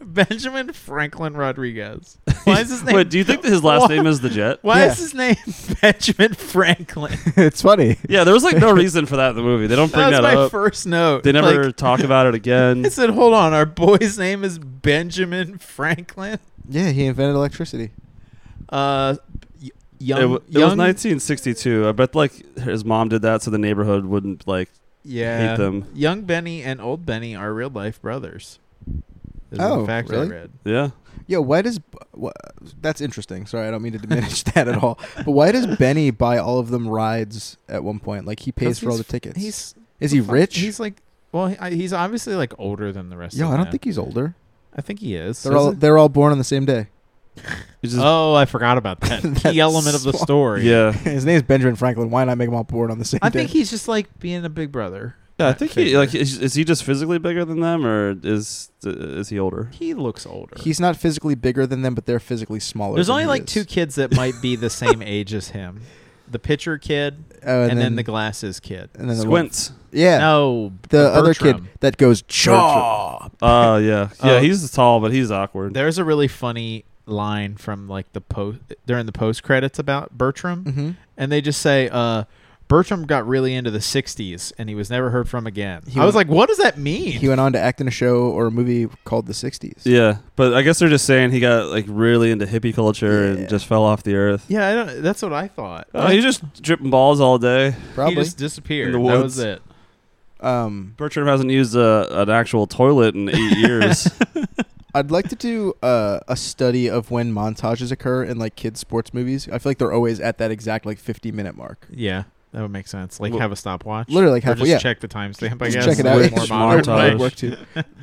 A: Benjamin Franklin Rodriguez. Why is his name?
C: Wait, do you think that his last
A: Why-
C: name is the Jet?
A: Why
B: Yeah.
A: is his name Benjamin Franklin?
B: it's funny.
C: Yeah, there was like no reason for that in the movie. They don't bring
A: That was
C: that,
A: my
C: up.
A: first note.
C: they never
A: Like,
C: talk about it again.
A: I said, "Hold on, our boy's name is Benjamin Franklin."
B: Yeah, he invented electricity.
A: Uh, y- young,
C: it, w- it
A: young,
C: was 1962. I bet like his mom did that so the neighborhood wouldn't like.
A: yeah,
C: hate them.
A: Young Benny and old Benny are real life brothers. Is
B: Oh,
A: the fact
B: really?
A: I read.
C: Yeah,
B: Yo, why does wha- that's interesting? Sorry, I don't mean to diminish that at all. But why does Benny buy all of them rides at one point? Like he pays
A: 'Cause
B: for all the
A: he's-
B: tickets.
A: He's
B: Is he
A: fu-
B: rich?
A: He's like, well, he, I- he's obviously like older than the rest.
B: Yo,
A: of
B: I don't
A: them.
B: think he's older.
A: I think he is.
B: They're all they're all born on the same day.
C: It's just-
A: oh, I forgot about that
B: That's
A: key element of the
B: smart.
A: story.
C: yeah.
B: His name is Benjamin Franklin. Why not make them all born on the same
A: I
B: day?
A: think he's just like being a big brother.
C: Yeah, I
A: That
C: think he
A: figure.
C: like is, is he just physically bigger than them, or is is he older?
A: He looks older.
B: he's not physically bigger than them, but they're physically smaller.
A: There's
B: than
A: only
B: he
A: like
B: is.
A: two kids that might be the same age as him: the pitcher kid
B: Oh,
A: and, then, the glasses kid.
B: and then the one-
C: Squints.
B: yeah,
A: No,
B: the other kid
A: Bertram.
B: that goes jaw.
C: Oh yeah, yeah.
A: Oh.
C: he's tall, but he's awkward.
A: There's a really funny line from like the post during the post credits about Bertram,
B: Mm-hmm.
A: and they just say, uh, "Bertram got really into the '60s, and he was never heard from again."
B: He
A: I was
B: went-
A: like, "What does that mean?"
B: He went on to act in a show or a movie called The '60s.
C: Yeah, but I guess they're just saying he got like really into hippie culture
B: Yeah.
C: and just fell off the earth.
A: yeah, I don't, that's what I thought.
C: Oh, he's just dripping balls all day.
B: probably.
A: He just disappeared.
C: In the
A: That
C: woods.
A: was it.
B: um,
C: Bertram hasn't used a, an actual toilet in eight years.
B: I'd like to do uh, a study of when montages occur in like kids sports movies. I feel like they're always at that exact like 50 minute mark.
A: Yeah, that would make sense. Like
C: Well,
A: have a stopwatch.
B: Literally like
A: Or
B: halfway.
A: just
B: Yeah,
A: check the timestamp. I
B: Just
A: guess.
B: check it out.
A: Way
B: It's
A: more
B: just
A: modern.
B: that would
C: montage.
B: work too.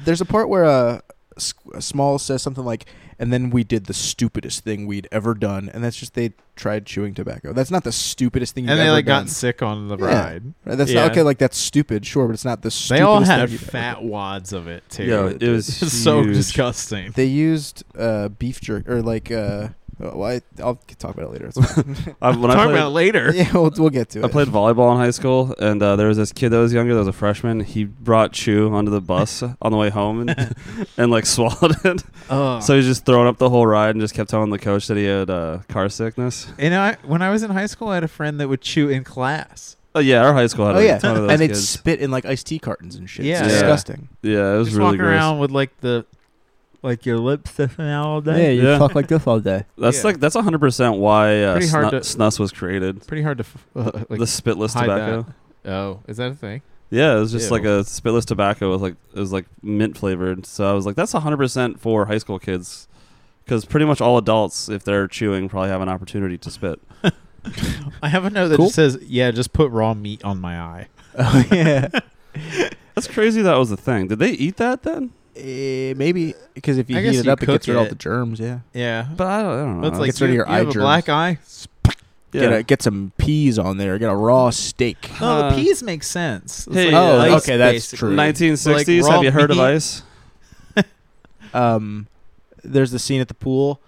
B: There's a part where uh, S- Small says something like, "And then we did the stupidest thing we'd ever done," and that's just they tried chewing tobacco. That's not the stupidest thing.
A: and
B: you've
A: they
B: ever
A: like
B: done.
A: got sick on the
B: Yeah.
A: ride.
B: Right? That's
A: Yeah.
B: not okay. Like that's stupid, sure, but it's not the
A: They
B: stupidest.
A: all
B: thing
A: had
B: you've ever
A: fat
B: done.
A: wads of it too.
C: yeah, it was
A: it's so
C: huge.
A: disgusting.
B: They used uh, beef jerky or like. Uh, well, I, I'll talk about it later. It's fine.
C: I, when I
A: Talk
C: played,
A: about it later.
B: yeah, we'll, we'll get to it.
C: I played volleyball in high school, and uh, there was this kid that was younger, that was a freshman. He brought chew onto the bus on the way home and, and like swallowed it.
A: Ugh.
C: So he's just throwing up the whole ride and just kept telling the coach that he had uh, car sickness.
A: and I, when I was in high school, I had a friend that would chew in class.
C: Oh yeah, our high school had
B: Oh
C: a
B: yeah,
C: ton of those
B: and they'd
C: kids.
B: spit in like iced tea cartons and shit.
A: Yeah.
B: it's
C: Yeah.
B: disgusting.
C: yeah, it was
A: Just
C: really
A: walking
C: gross.
A: around with like the, like your lips sniffing out all day.
C: you Yeah. talk
B: like this all day.
C: That's
A: Yeah.
C: like that's hundred percent why uh,
A: Pretty hard
C: snu-
A: to-
C: snus was created.
A: Pretty hard to. f- Uh, like,
C: the spitless
A: hide
C: tobacco.
A: oh, is that a thing?
C: Yeah, it was just
A: Ew.
C: like a spitless tobacco with like it was like mint flavored. So I was like, that's hundred percent for high school kids, because pretty much all adults, if they're chewing, probably have an opportunity to spit.
A: I have a note that
B: Cool.
A: just says, "Yeah, just put raw meat on my eye."
B: Oh yeah,
C: That's crazy. That was a thing. Did they eat that then?
B: Eh, maybe because if you
A: I
B: heat
A: guess
B: it
A: you
B: up, it gets
A: cook
B: rid of all
A: it.
B: the germs. Yeah,
A: Yeah,
C: But I don't, I don't know.
A: But it's like
B: gets rid of
A: you-
B: your
A: you
B: eye
A: have
B: germs.
A: a black eye.
C: yeah.
B: Get a, get some peas on there. Get a raw steak.
A: No,
C: Uh,
A: Oh, the peas make sense. It's
C: hey,
A: like
C: Oh,
A: ice,
B: okay, that's
A: basically.
B: true.
C: 1960s.
A: Like raw
C: have you heard of
A: meat?
C: ice?
B: Um, there's the scene at the pool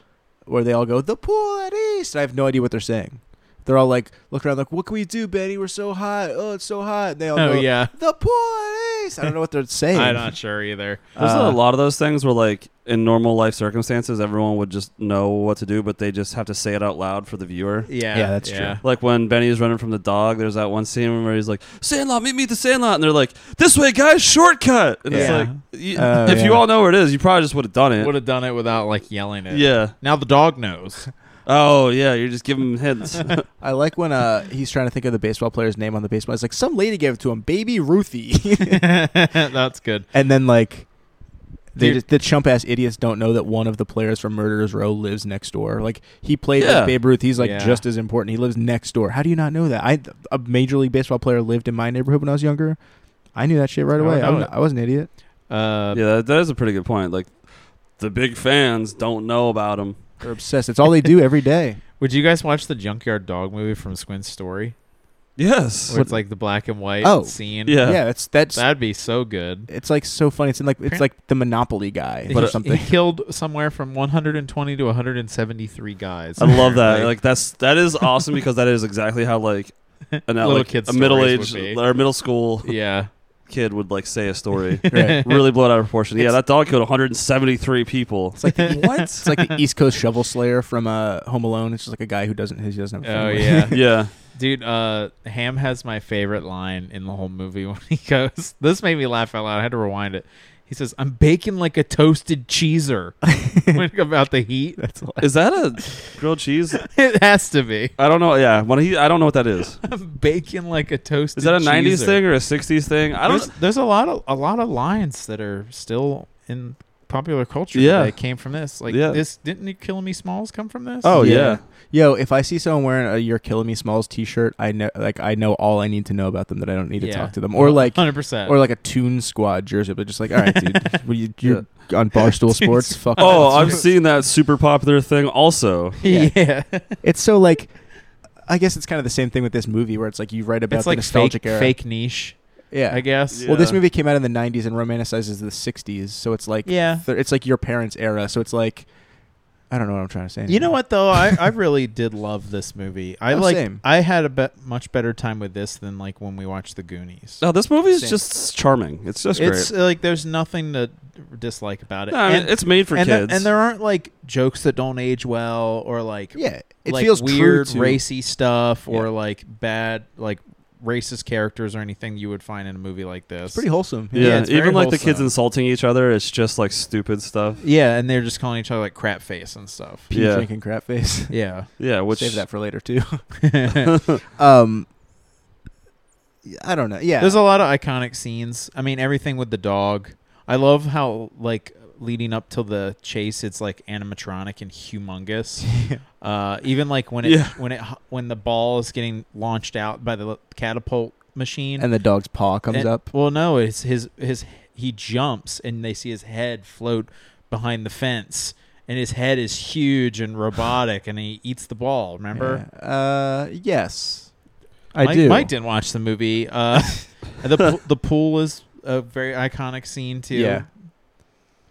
B: where they all go the pool at east. I have no idea what they're saying. They're all like, look around, like, what can we do, Benny? We're so hot. Oh, it's so hot. And they all
A: Oh,
B: go,
A: yeah.
B: the police. I don't know what they're saying.
A: I'm not sure either.
C: There's
B: Uh,
C: a lot of those things where, like, in normal life circumstances, everyone would just know what to do, but they just have to say it out loud for the viewer.
A: Yeah,
B: Yeah, that's true.
C: Like when Benny's running from the dog, there's that one scene where he's like, "Sandlot, meet me at the Sandlot," and they're like, "This way, guys, shortcut." And it's
A: Yeah.
C: like, you,
B: Oh,
C: if you
B: yeah.
C: all know where it is, you probably just would have done it.
A: Would have done it without like yelling it.
C: yeah.
A: Now the dog knows.
C: Oh yeah, you're just giving him hints.
B: I like when uh, he's trying to think of the baseball player's name on the baseball. It's like some lady gave it to him, baby Ruthie,
A: that's good.
B: and then like they
A: Dude.
B: just, the chump ass idiots don't know that one of the players from Murderers Row lives next door. Like he played
C: Yeah.
B: with Babe Ruth. He's like
A: Yeah.
B: just as important. He lives next door. How do you not know that? I a major league baseball player lived in my neighborhood when I was younger. I knew that shit right
A: I
B: away.
A: would
B: I,
A: know
B: was-
A: it.
B: I was an idiot.
A: Uh,
C: yeah, that, that is a pretty good point. Like, the big fans don't know about him.
B: They're obsessed. It's all they do every day.
A: Would you guys watch the Junkyard Dog movie from Squint's story?
C: Yes.
A: Where it's like the black and white
B: Oh.
A: scene.
C: Yeah.
B: Yeah, it's that's
A: That'd be so good.
B: it's like so funny. It's in like it's like the Monopoly guy
A: He-
B: or
C: But- uh,
B: something.
A: He killed somewhere from 120 to 173 guys.
C: I love that.
A: Like,
C: Like that's that is awesome because that is exactly how like an
A: Little
C: like,
A: kid
C: a middle
A: stories
C: aged
A: would be.
C: or middle school
A: yeah.
C: kid would like say a story.
B: Right.
C: really blown out of proportion. Yeah,
B: It's-
C: that dog killed 173 people.
B: It's like the, E-,
C: What?
B: It's like the East Coast shovel slayer from uh, Home Alone. It's just like a guy who doesn't he doesn't have. a
A: Oh
B: family.
A: yeah.
C: yeah.
A: Dude, uh, Ham has my favorite line in the whole movie when he goes. This made me laugh out loud. I had to rewind it. He says, "I'm baking like a toasted cheeser." When- about the heat,
B: That's a lot.
C: Is that a grilled cheese?
A: it has to be.
C: I don't know. Yeah, when he I don't know what that is.
A: I'm baking like a toasted.
C: Is that a 90s
A: cheeser.
C: thing or a 60s thing? I don't
A: There's, there's a lot of a lot of lines that are still in popular culture.
C: Yeah.
A: that came from this. Like
C: Yeah.
A: this, didn't you kill me smalls come from this?
C: Oh, yeah.
B: Yo, if I see someone wearing a "You're Killing Me" Smalls T-shirt, I know like I know all I need to know about them that I don't need to
A: Yeah.
B: talk to them or like.
A: hundred percent.
B: Or like a Toon Squad jersey, but just like, all right, dude, will you, you're on Barstool Sports. Fuck.
C: Oh,
B: off.
C: I've seen that super popular thing also.
A: yeah,
B: it's so like, I guess it's kind of the same thing with this movie where it's like you write about
A: it's
B: the
A: like
B: nostalgic
A: fake,
B: era.
A: fake niche,
B: yeah.
A: I guess.
C: Yeah.
B: Well, this movie came out in the '90s and romanticizes the '60s, so it's like
A: yeah.
B: th- it's like your parents' era. So it's like, I don't know what I'm trying to say.
A: You know
B: anymore.
A: what though? I, I really did love this movie. I
B: Oh,
A: like
B: same.
A: I had a be- much better time with this than like when we watched The Goonies.
B: Oh,
C: No, this movie is
A: Same.
C: just charming. It's just great.
A: it's uh, like there's nothing to dislike about it.
C: No, I mean,
A: and,
C: it's made for
A: and there,
C: kids.
A: and there aren't like jokes that don't age well or like
B: Yeah, it
A: like
B: feels
A: weird
B: true to,
A: racy stuff or
B: Yeah.
A: like bad like racist characters or anything you would find in a movie like this.
B: It's pretty wholesome.
C: yeah,
A: yeah, it's very
C: even like the kids
A: wholesome.
C: insulting each other, it's just like stupid stuff.
A: yeah, and they're just calling each other like crap face and stuff.
B: pee
C: Yeah.
B: drinking crap face.
A: Yeah.
C: Yeah, which
B: Save that for later too. um, I don't know. Yeah,
A: There's a lot of iconic scenes. I mean, everything with the dog. I love how like leading up to the chase, it's like animatronic and humongous. Uh, even like when it
C: Yeah.
A: when it when the ball is getting launched out by the catapult machine
B: and the dog's paw comes
A: and-
B: up.
A: Well, no, it's his his he jumps and they see his head float behind the fence. And his head is huge and robotic, and he eats the ball. Remember,
B: Yeah. Uh, yes, I
A: Mike,
B: do.
A: Mike didn't watch the movie. Uh, the pool- the pool is a very iconic scene too.
B: Yeah.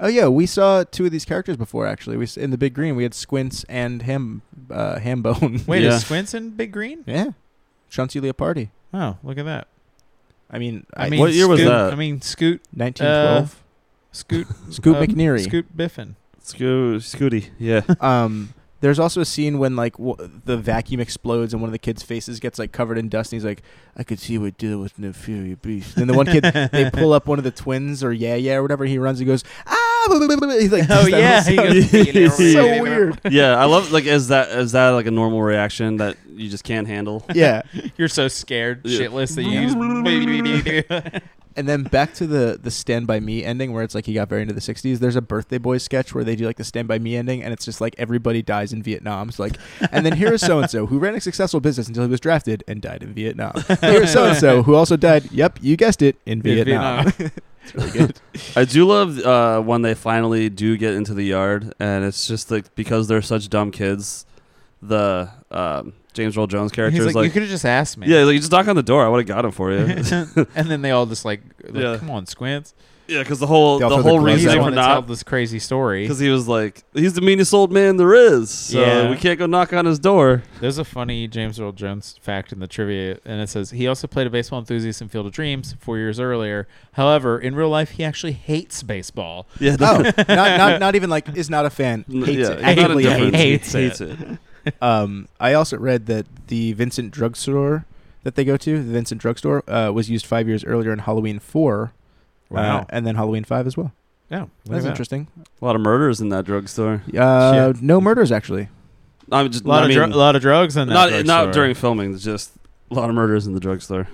B: Oh yeah, we saw two of these characters before. Actually, we s- in the big green we had Squints and Ham uh, Hambone.
A: Wait,
C: Yeah.
A: is Squints in Big Green?
B: yeah, Chauncey Leopardi.
A: Oh, look at that.
B: I mean,
A: I mean,
C: What year was
A: Scoot-
C: that?
A: I mean, Scoot, uh,
B: 1912.
A: Scoot,
B: Scoot
A: uh,
B: McNeary.
A: Scoot Biffin.
C: Scoo- Scooty. Yeah.
B: um there's also a scene when like w- the vacuum explodes and one of the kids' faces gets like covered in dust and he's like, "I could see we're dealing with an inferior beast." And the one kid, they pull up one of the twins or yeah yeah or whatever. He runs and goes ah. Blah, blah, blah, blah. He's like,
A: Oh
B: does that
A: yeah,
B: whole
A: he goes,
B: sound. It's so
A: "Yeah."
B: weird.
C: yeah, I love like is that is that like a normal reaction that you just can't handle?
B: yeah.
A: You're so scared
C: Yeah.
A: shitless that you just
B: And then back to the the Stand By Me ending where it's like he got very into the 60s. There's a Birthday Boys sketch where they do like the Stand By Me ending and it's just like everybody dies in Vietnam. It's like, and then here is so and so who ran a successful business until he was drafted and died in Vietnam. Here's so and so who also died, yep, you guessed it, in Vietnam. it's really good.
C: I do love uh, when they finally do get into the yard, and it's just like because they're such dumb kids, the um, James Earl Jones character
A: He's
C: is
A: like,
C: like,
A: you could have just asked me.
C: yeah, he's like, you just knock on the door. I would have got him for you.
A: and then they all just like, like,
C: Yeah.
A: come on, Squints.
C: yeah, because the whole
B: They all
C: the
B: throw their
C: whole
B: gloves
A: He's
B: Reason
A: the
C: reasoning
B: out.
A: one
C: for
A: that told
C: not
A: this crazy story.
C: because he was like he's the meanest old man there is. So
A: Yeah.
C: we can't go knock on his door.
A: There's a funny James Earl Jones fact in the trivia, and it says he also played a baseball enthusiast in Field of Dreams four years earlier. However, in real life, he actually hates baseball.
C: Yeah,
B: Oh, not, not not even like is not a fan.
C: n-
B: Hates
C: yeah,
B: it.
C: it's not a
B: Actively
C: difference.
B: hates it.
A: hates it.
C: hates it.
B: Um, I also read that the Vincent drugstore that they go to, the Vincent drugstore, uh, was used five years earlier in Halloween four, uh,
A: Wow.
B: and then Halloween five as well.
A: Yeah, look at
B: That's
A: that.
B: interesting.
C: A lot of murders in that drugstore.
B: Uh,
A: Shit.
B: no murders actually.
C: I'm just
A: A lot
C: I
A: of
C: mean,
A: dru- a lot of drugs in that.
C: not
A: drugstore.
C: not during filming. It's just a lot of murders in the drugstore.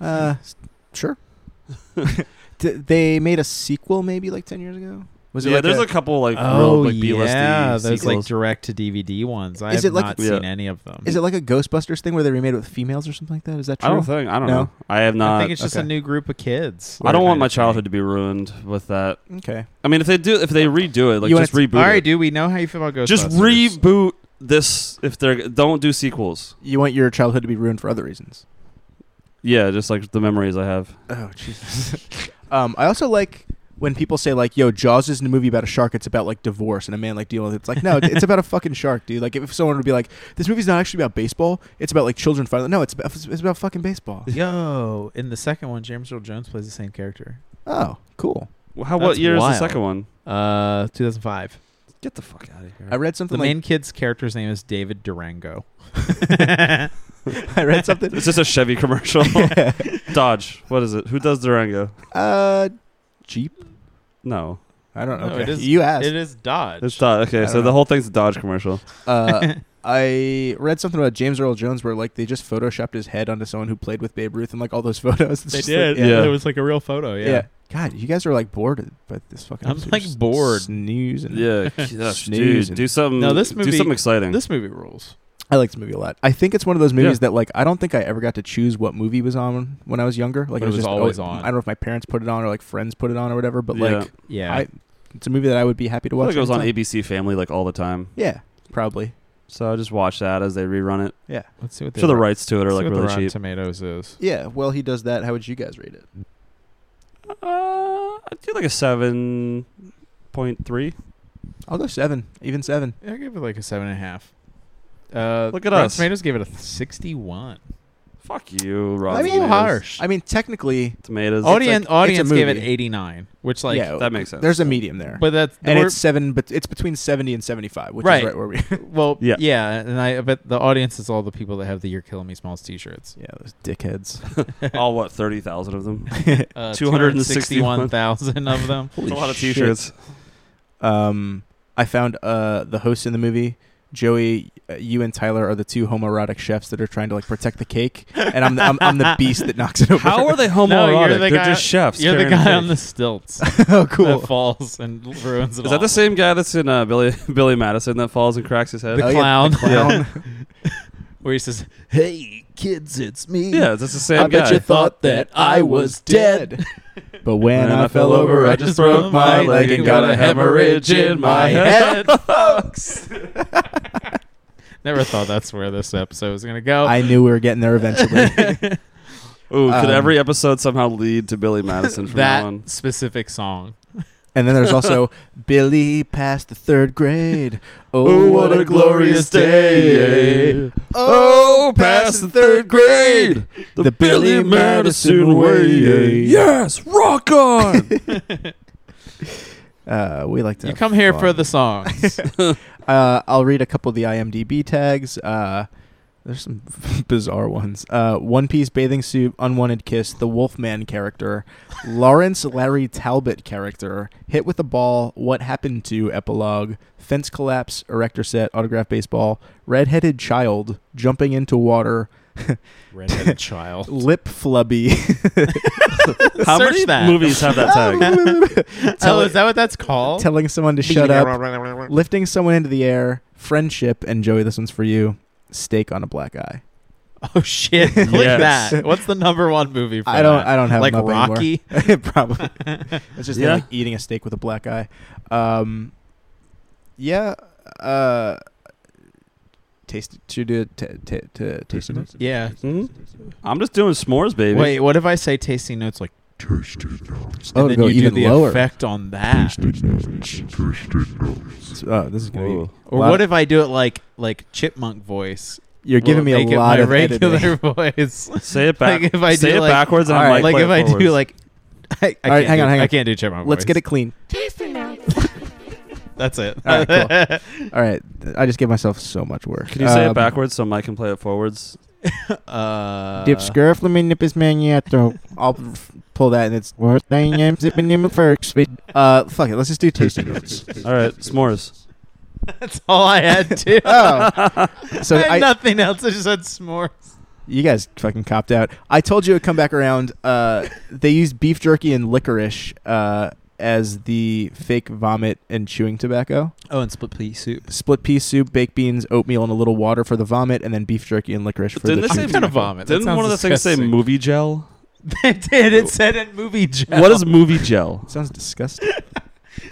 B: Uh, s- sure. D- they made a sequel maybe like ten years ago. Was it
C: yeah,
B: like
C: there's a,
B: a-
C: couple like
A: Oh
C: real like B-listy
A: yeah, those like
C: sequels.
A: direct to DVD ones. I
B: Is
A: have
B: it like-
A: not
C: Yeah.
A: seen any of them.
B: is it like a Ghostbusters thing where they remade it with females or something like that? Is that true?
C: I don't think. I don't
B: No?
C: know. I have not.
A: I
C: I,
A: think it's just a
B: okay.
A: new group of kids.
C: don't want
A: Kinda
C: my
A: thing.
C: childhood to be ruined with that.
B: okay.
C: I mean, if they do, if they redo it, like
B: You wanna
C: just reboot.
A: All right,
C: it.
A: dude. We know how you feel about Ghostbusters.
C: just reboot this. If they're don't do sequels.
B: You want your childhood to be ruined for other reasons.
C: Yeah, just like the memories I have.
B: Oh Jesus. um, I also like when people say like, "Yo, Jaws isn't a movie about a shark. It's about like divorce and a man like dealing with it." It's like, no, it's, it's about a fucking shark, dude. Like, if someone would be like, "This movie's not actually about baseball. It's about like children fighting." No, it's about, it's about fucking baseball.
A: Yo, in the second one, James Earl Jones plays the same character.
B: Oh, cool.
C: Well, How?
A: That's
C: What year
A: wild.
C: is the second one?
A: Uh, 2005.
C: Get the fuck out of here.
B: I read something.
A: The
B: like,
A: main kid's character's name is David Durango.
B: I read something.
C: it's just a Chevy commercial. Dodge. What is it? Who does Durango?
B: Uh, Jeep.
C: No,
B: I don't know.
A: No,
B: okay.
A: it is-
B: you asked.
A: it is Dodge.
C: it's Dodge. Okay,
B: I
C: so
B: don't
C: the
B: know.
C: whole thing's a Dodge commercial.
B: Uh, I read something about James Earl Jones where like they just photoshopped his head onto someone who played with Babe Ruth and like all those photos. It's
A: They
B: just
A: did.
B: Like,
C: yeah.
A: It was like a real photo. Yeah.
B: yeah. God, you guys are like bored by this fucking.
A: I'm,
B: episode.
A: like,
B: Just
A: bored.
B: Snooze and
C: Yeah,
B: Snooze
C: gosh, dude,
B: and-
C: do something.
A: No, this
C: do
A: movie-
C: something exciting.
A: This movie rules.
B: I like this movie a lot. I think it's one of those movies
C: Yeah.
B: that like I don't think I ever got to choose what movie was on when I was younger. Like
A: But it was
B: just
A: always
B: oh,
A: on.
B: I don't know if my parents put it on or like friends put it on or whatever, but
C: Yeah.
B: like
A: Yeah.
B: I- it's a movie that I would be happy to
C: I feel
B: watch.
C: like it was on
B: anytime.
C: ABC Family like all the time.
B: Yeah, probably.
C: So I just watch that as they rerun it.
B: Yeah,
A: Let's see what
C: I'm
A: they
C: sure the
A: wrote.
C: rights to it
A: Let's
C: are like
A: see what the
C: really
A: Rotten
C: cheap.
A: Tomatoes is.
B: yeah. Well, he does that. How would you guys rate it?
C: Uh, I'd do like a seven point three.
B: I'll go seven, even seven.
A: I give it like a seven and a half. Uh,
C: Look at
A: Rotten
C: us.
A: Tomatoes gave it a th- 61.
C: Fuck you, Rob.
B: I mean,
A: Tomatoes. harsh.
B: I mean, technically,
C: Tomatoes.
A: audience
B: it's a
A: audience gave it
B: movie.
A: 89, which like,
B: yeah,
C: that makes sense.
B: There's a medium there,
A: but that's
B: and
A: we're-
B: it's seven, but it's between seventy and seventy-five, which
A: Right.
B: is right where we.
A: well, yeah.
C: Yeah.
A: and I bet the audience is all the people that have the "You're Killing Me" Smalls T-shits.
B: yeah, those dickheads.
C: all oh, what thirty thousand of them.
A: Uh,
C: 261.
A: 261,000 of them.
C: It's
B: Holy
C: a lot of
B: shit.
C: t-shirts.
B: Um, I found uh the host in the movie. Joey, uh, you and Tyler are the two homoerotic chefs that are trying to like protect the cake, and I'm the, I'm, I'm the beast that knocks it over.
C: How are they homoerotic?
A: No, you're the
C: They're
A: guy-
C: just chefs.
A: You're the
C: carrying a
A: guy on the
C: cake.
A: stilts
B: oh, cool.
A: that falls and ruins it
C: Is that
A: all.
C: the same guy that's in uh, Billy Billy Madison that falls and cracks his head?
A: The
B: Oh, yeah,
A: clown,
B: clown.
A: where he says, "Hey kids, it's me."
C: yeah, that's the same
B: I
C: guy.
B: bet you thought that I was dead. But when I fell over, I just broke my leg and got a hemorrhage in my head.
A: folks. Never thought that's where this episode was gonna
C: Oh.
A: go.
B: I knew we were getting there eventually.
C: Ooh, could
B: Um,
C: every episode somehow lead to Billy Madison from now on?
A: that specific song.
B: and then there's also Billy passed the third grade.
C: Oh, what a glorious day. Oh, past the third grade. The,
B: The
C: Billy,
B: Billy Madison
C: Madison way.
B: way.
C: Yes, rock on.
B: Uh, we like to.
A: You
B: have
A: come here for
B: fun.
A: the songs.
B: Uh, I'll read a couple of the IMDb tags. Uh, there's some bizarre ones. Uh, One Piece bathing suit, unwanted kiss, the Wolfman character, Lawrence Larry Talbot character, hit with a ball, what happened to epilogue, fence collapse, erector set, autograph baseball, redheaded child, jumping into water,
A: Redheaded child.
B: lip flubby.
C: How
A: Search
C: many
A: that.
C: movies have that tag?
A: Oh, is that what that's called?
B: telling someone to shut up, lifting someone into the air, friendship, and Joey, this one's for you. Steak on a black eye.
A: Oh shit! Click
C: Yes.
A: that. What's the number one movie? For
B: I don't.
A: that?
B: I don't have
A: like
B: them up anymore.
A: Rocky.
B: Probably. It's just
C: Yeah.
B: like eating a steak with a black eye. Um, yeah. Uh, Taste to do it. T- t- t- tasty
A: Mm-hmm.
B: notes.
A: Yeah.
C: Mhm. I'm just doing s'mores, baby.
A: Wait, what if I say tasting notes like
B: Oh,
A: and then
B: go
A: you
B: even
A: do the
B: lower.
A: effect on that?
B: Oh, this is gonna
C: Whoa.
B: be.
A: Or
B: Wow.
A: what if I do it like like chipmunk voice?
B: You're giving
A: Will it
B: me
A: make
B: a
A: it
B: lot
A: my
B: of
A: regular
B: editing.
A: voice.
C: Say it back.
A: Like, if I
C: say
A: do,
C: it
A: like-
C: backwards, and
B: All
C: I'm
B: right.
A: like
C: like,
A: if I do
C: forwards.
A: like I, I
B: All right,
A: can't
B: hang
A: do,
B: on, hang
A: I
B: on.
A: can't do chipmunk
B: Let's
A: voice.
B: get it clean.
A: That's it.
B: All right, All right, I just gave myself so much work.
C: Can you say
B: Um,
C: it backwards so Mike can play it forwards?
A: uh,
B: Dip scarf, let me nip his maniato. I'll f- pull that, and it's worth thing. I'm zipping him first. Uh, fuck it. Let's just do tasty notes.
C: All right, s'mores.
A: That's all I had to.
B: Oh, so
A: I had
B: I,
A: nothing else. I just had s'mores.
B: you guys fucking copped out. I told you it'd come back around. Uh, they used beef jerky and licorice uh, as the fake vomit and chewing tobacco.
A: Oh, and split pea soup.
B: Split pea soup, baked beans, oatmeal, and a little water for the vomit, and then beef jerky and licorice for
C: Didn't
B: the
C: they say
B: chewing
A: I'm gonna
B: tobacco.
A: vomit. That
C: Didn't
A: sounds
C: one of the things say
A: disgusting.
C: movie gel?
A: They did. It said in movie gel.
C: What is movie gel?
B: Sounds disgusting.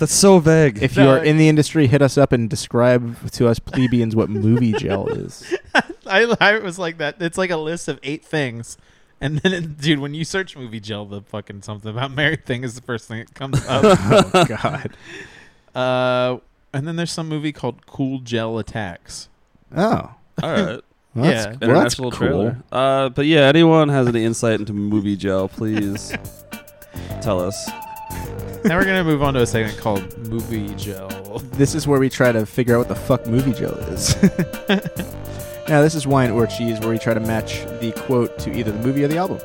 C: That's so vague.
B: If you are in the industry, hit us up and describe to us plebeians what movie gel is.
A: I, I was like that. It's like a list of eight things. And then, it, dude, when you search movie gel, the fucking something about married thing is the first thing that comes up.
B: oh God.
A: uh, and then there's some movie called Cool Gel Attacks.
B: Oh,
C: All right.
B: well, that's,
A: Yeah.
B: well, that's cool.
C: Uh, but yeah, anyone has any insight into movie gel, please tell us.
A: now we're going to move on to a segment called Movie Gel.
B: This is where we try to figure out what the fuck movie gel is. now, this is wine or cheese, where we try to match the quote to either the movie or the album.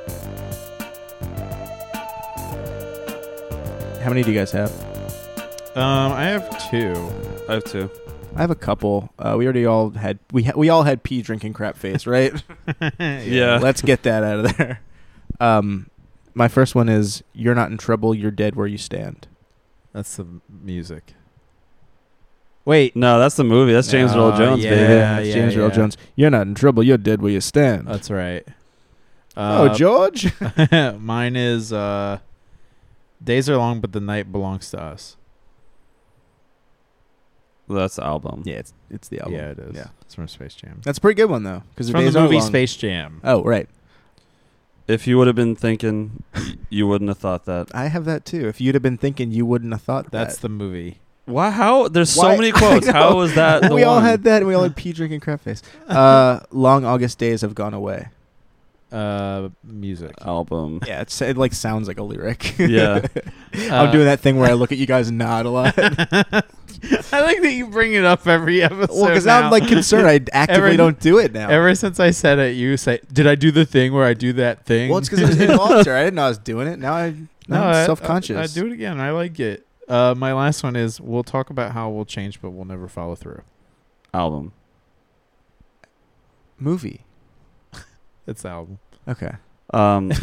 B: How many do you guys have?
A: Um, I have two.
C: I have two.
B: I have a couple. Uh, we already all had we ha- we all had pee drinking crap face, right?
C: Yeah.
B: Let's get that out of there. Um, my first one is "You're not in trouble. You're dead where you stand."
A: That's the m- music. Wait.
C: No, that's the movie. That's James Earl
B: Ah,
A: Oh,
C: Jones, baby.
A: Yeah,
B: it's
A: yeah,
B: James Earl
A: yeah.
B: Jones. You're not in trouble. You're dead where you stand.
A: That's right.
B: oh, George.
A: Joe. mine is uh, Days Are Long, but the Night Belongs to Us.
C: Well, That's the album.
B: yeah, it's it's the album.
A: Yeah, it is.
B: Yeah,
A: It's from Space Jam.
B: that's a pretty good one though, because
A: It's from the movie Space Jam.
B: Oh, right.
C: If you would have been thinking, y- you wouldn't have thought that.
B: I have that too. If you'd have been thinking, you wouldn't have thought
A: That's
B: that.
A: the movie.
C: Why? How? There's
B: Why-
C: so many quotes.
B: I
C: How
B: know.
C: was that? The
B: we all
C: one?
B: had that, and we all had pee drinking crap face. Uh, long August days have gone away.
A: Uh, music.
C: album.
B: Yeah, it's, it like sounds like a lyric.
C: Yeah.
A: Uh,
B: I'm doing that thing where I look at you guys and nod a lot.
A: I like that you bring it up every episode.
B: well, because
A: now.
B: I'm like concerned. I actively
A: Every-
B: don't do it now.
A: Ever since I said it, you say, "Did I do the thing where I do that thing?"
B: well, it's because it was involuntary. I didn't know I was doing it. Now, I, now
A: I-
B: I'm self conscious.
A: I, I do it again. I like it. Uh, my last one is: We'll talk about how we'll change, but we'll never follow through.
C: Album.
B: Movie.
A: It's the album,
B: Okay.
C: Um.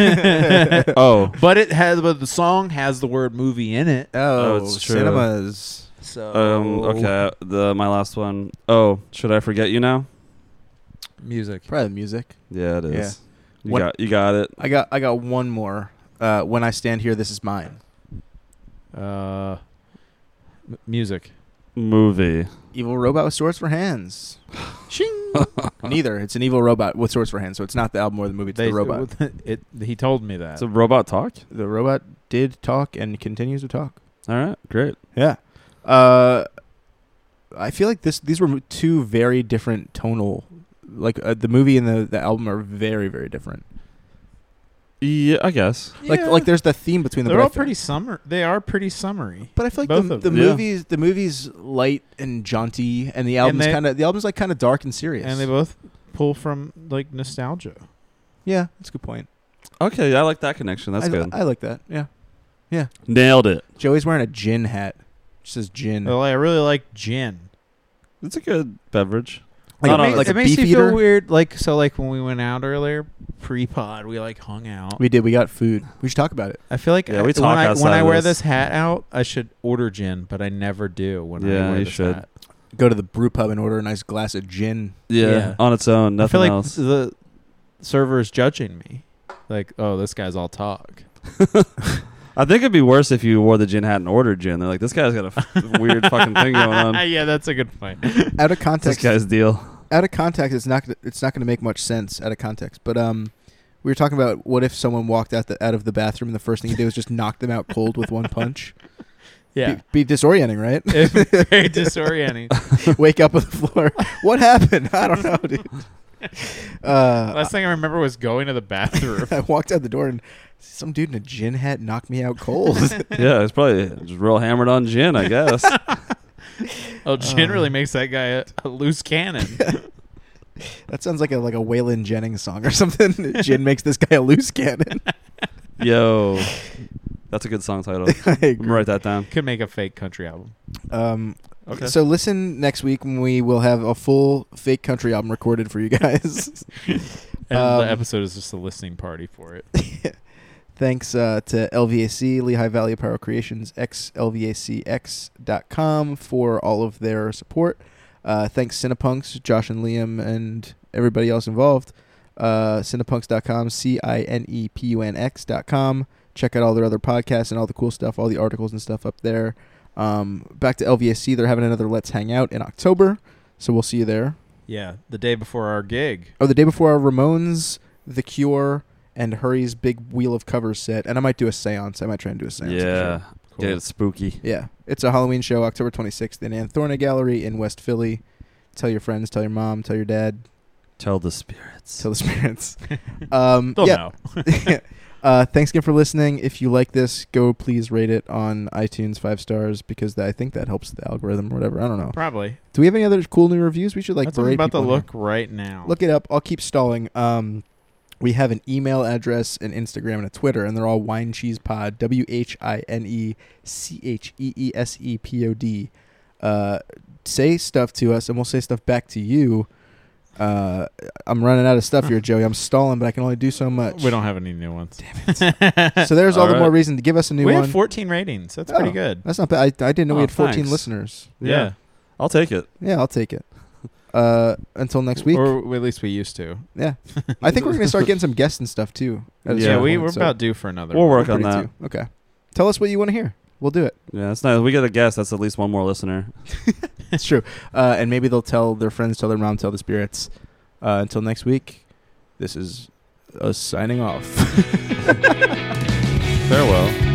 C: oh.
A: but it has. But the song has the word "movie" in it.
B: Oh,
C: it's true.
B: cinemas.
A: So
C: Um. Okay. The my last one. Oh, should I forget you now?
A: music.
B: Probably the music.
C: Yeah, it is.
B: Yeah.
C: You
B: What-
C: got. You got it.
B: I got. I got one more. Uh, when I stand here, this is mine.
A: Uh, m- music.
C: Movie.
B: Evil robot with swords for hands. Shing. Neither. It's an evil robot with swords for hands, so it's not the album or the movie. It's
A: They-
B: the robot.
A: It, He told me that.
C: It's a robot talk.
B: the robot did talk and continues to talk.
C: All right. Great.
B: Yeah. Uh, I feel like this. These were two very different tonal. Like uh, the movie and the, the album are very very different.
C: Yeah, I guess.
B: Like like there's the theme between them.
A: they're
B: but I
A: all
B: fe-
A: pretty summer. They are pretty summery.
B: But I feel like
A: both
B: the,
A: of
B: the
C: them. Yeah.
B: movies the movies light and jaunty, and the album's
A: they-
B: kind of the album's like kind of dark and serious.
A: And they both pull from like nostalgia.
B: yeah, that's a good point.
C: Okay, I like that connection. That's
B: I,
C: good.
B: I like that. Yeah.
C: Nailed it.
B: Joey's wearing a gin hat. It says gin.
A: Well, I really like gin.
C: It's a good beverage.
B: Like, uh,
C: I
A: it
C: don't
A: makes,
C: know,
B: like
A: it
B: a
A: makes
B: beef
A: you
B: eater.
A: feel weird. Like so, like when we went out earlier, pre-pod, we like hung out.
B: We did. We got food. We should talk about it.
A: I feel like
C: Yeah,
A: I-
C: we
A: when
C: talk
A: I, when
C: outside
A: I
C: of
A: wear
C: this.
A: this hat out, I should order gin, but I never do when I
C: Yeah,
A: wear
C: you
A: this
C: should.
A: hat.
B: Go to the brew pub and order a nice glass of gin.
C: Yeah,
A: Yeah.
C: on its own,
A: I feel
C: nothing
A: like
C: else.
A: the server is judging me. Like, oh, this guy's all talk.
C: I think it'd be worse if you wore the gin hat and ordered gin. They're like, this guy's got a f- weird fucking thing going on.
A: yeah, that's a good point.
B: Out of
C: It's This
B: context,
C: guy's deal.
B: out of context, it's not gonna, it's not going to make much sense out of context. But um, we were talking about what if someone walked out the out of the bathroom and the first thing he did was just knock them out cold with one punch.
A: Yeah.
B: be, be disorienting, right?
A: It's very disorienting.
B: Wake up on the floor. What happened? I don't know, dude. Uh,
A: Last thing I remember was going to the bathroom.
B: I walked out the door and some dude in a gin hat knocked me out cold.
C: yeah, it's probably just real hammered on gin, I guess.
A: Oh, gin really makes that guy a, a loose cannon.
B: That sounds like a like a Waylon Jennings song or something. Jin makes this guy a loose cannon.
C: Yo, that's a good song title.
B: I
C: I'm
B: agree.
C: gonna write that down.
A: Could make a fake country album.
B: Um,
C: Okay.
B: So listen next week when we will have a full fake country album recorded for you guys.
A: And
B: Um,
A: the episode is just a listening party for it.
B: Thanks uh, to LVAC, Lehigh Valley Apparel Creations, xlvacx.com for all of their support. Uh, thanks Cinepunks, Josh and Liam, and everybody else involved. Uh, cinepunks.com, E C-I-N-E-P-U-N-X dot com. Check out all their other podcasts and all the cool stuff, all the articles and stuff up there. Um, back to LVAC, they're having another Let's Hang Out in October, so we'll see you there.
A: Yeah, the day before our gig.
B: Oh, the day before our Ramones, The Cure, and Hurry's big wheel of covers set. And I might do a seance. I might try and do a seance. for
C: Yeah,
B: sure.
C: get it spooky.
B: Yeah. It's a Halloween show, October 26th in Anthorna Gallery in West Philly. Tell your friends, tell your mom, tell your dad,
C: Tell the spirits.
B: tell the spirits. um,
A: They'll
B: yeah.
A: know.
B: uh, thanks again for listening. If you like this, go please rate it on iTunes five stars because that, I think that helps the algorithm or whatever. I don't know.
A: Probably.
B: Do we have any other cool new reviews? We should like
A: That's what I'm
B: berate
A: about to
B: people in here.
A: look right now.
B: Look it up. I'll keep stalling. Um, we have an email address, an Instagram, and a Twitter, and they're all wine cheese pod. W H I N E C H E E S E P O D. Uh, say stuff to us, and we'll say stuff back to you. Uh, I'm running out of stuff here, Joey. I'm stalling, but I can only do so much.
A: We don't have any new ones.
B: So there's all,
C: All
B: the
C: right.
B: more reason to give us a new
A: we
B: one.
A: have 14 ratings. That's
B: Oh,
A: pretty good.
B: That's not bad. I, I didn't know we
C: Oh,
B: had 14
C: thanks.
B: listeners.
A: Yeah.
C: I'll take it.
B: Yeah, I'll take it. Uh, until next week.
A: Or at least we used to.
B: Yeah, I think we're gonna start getting some guests and stuff too. at a
A: Yeah,
C: Yeah.
B: certain
A: we,
B: point,
A: we're
B: so
A: about due for another
C: We'll
A: one.
C: work on
B: pretty
C: that.
B: too. Okay, tell us what you want to hear. We'll do it.
C: Yeah, it's nice. We get a guest. That's at least one more listener.
B: It's true. Uh, and maybe they'll tell their friends, tell their mom, tell the spirits. Uh, until next week, this is us signing off.
A: Farewell.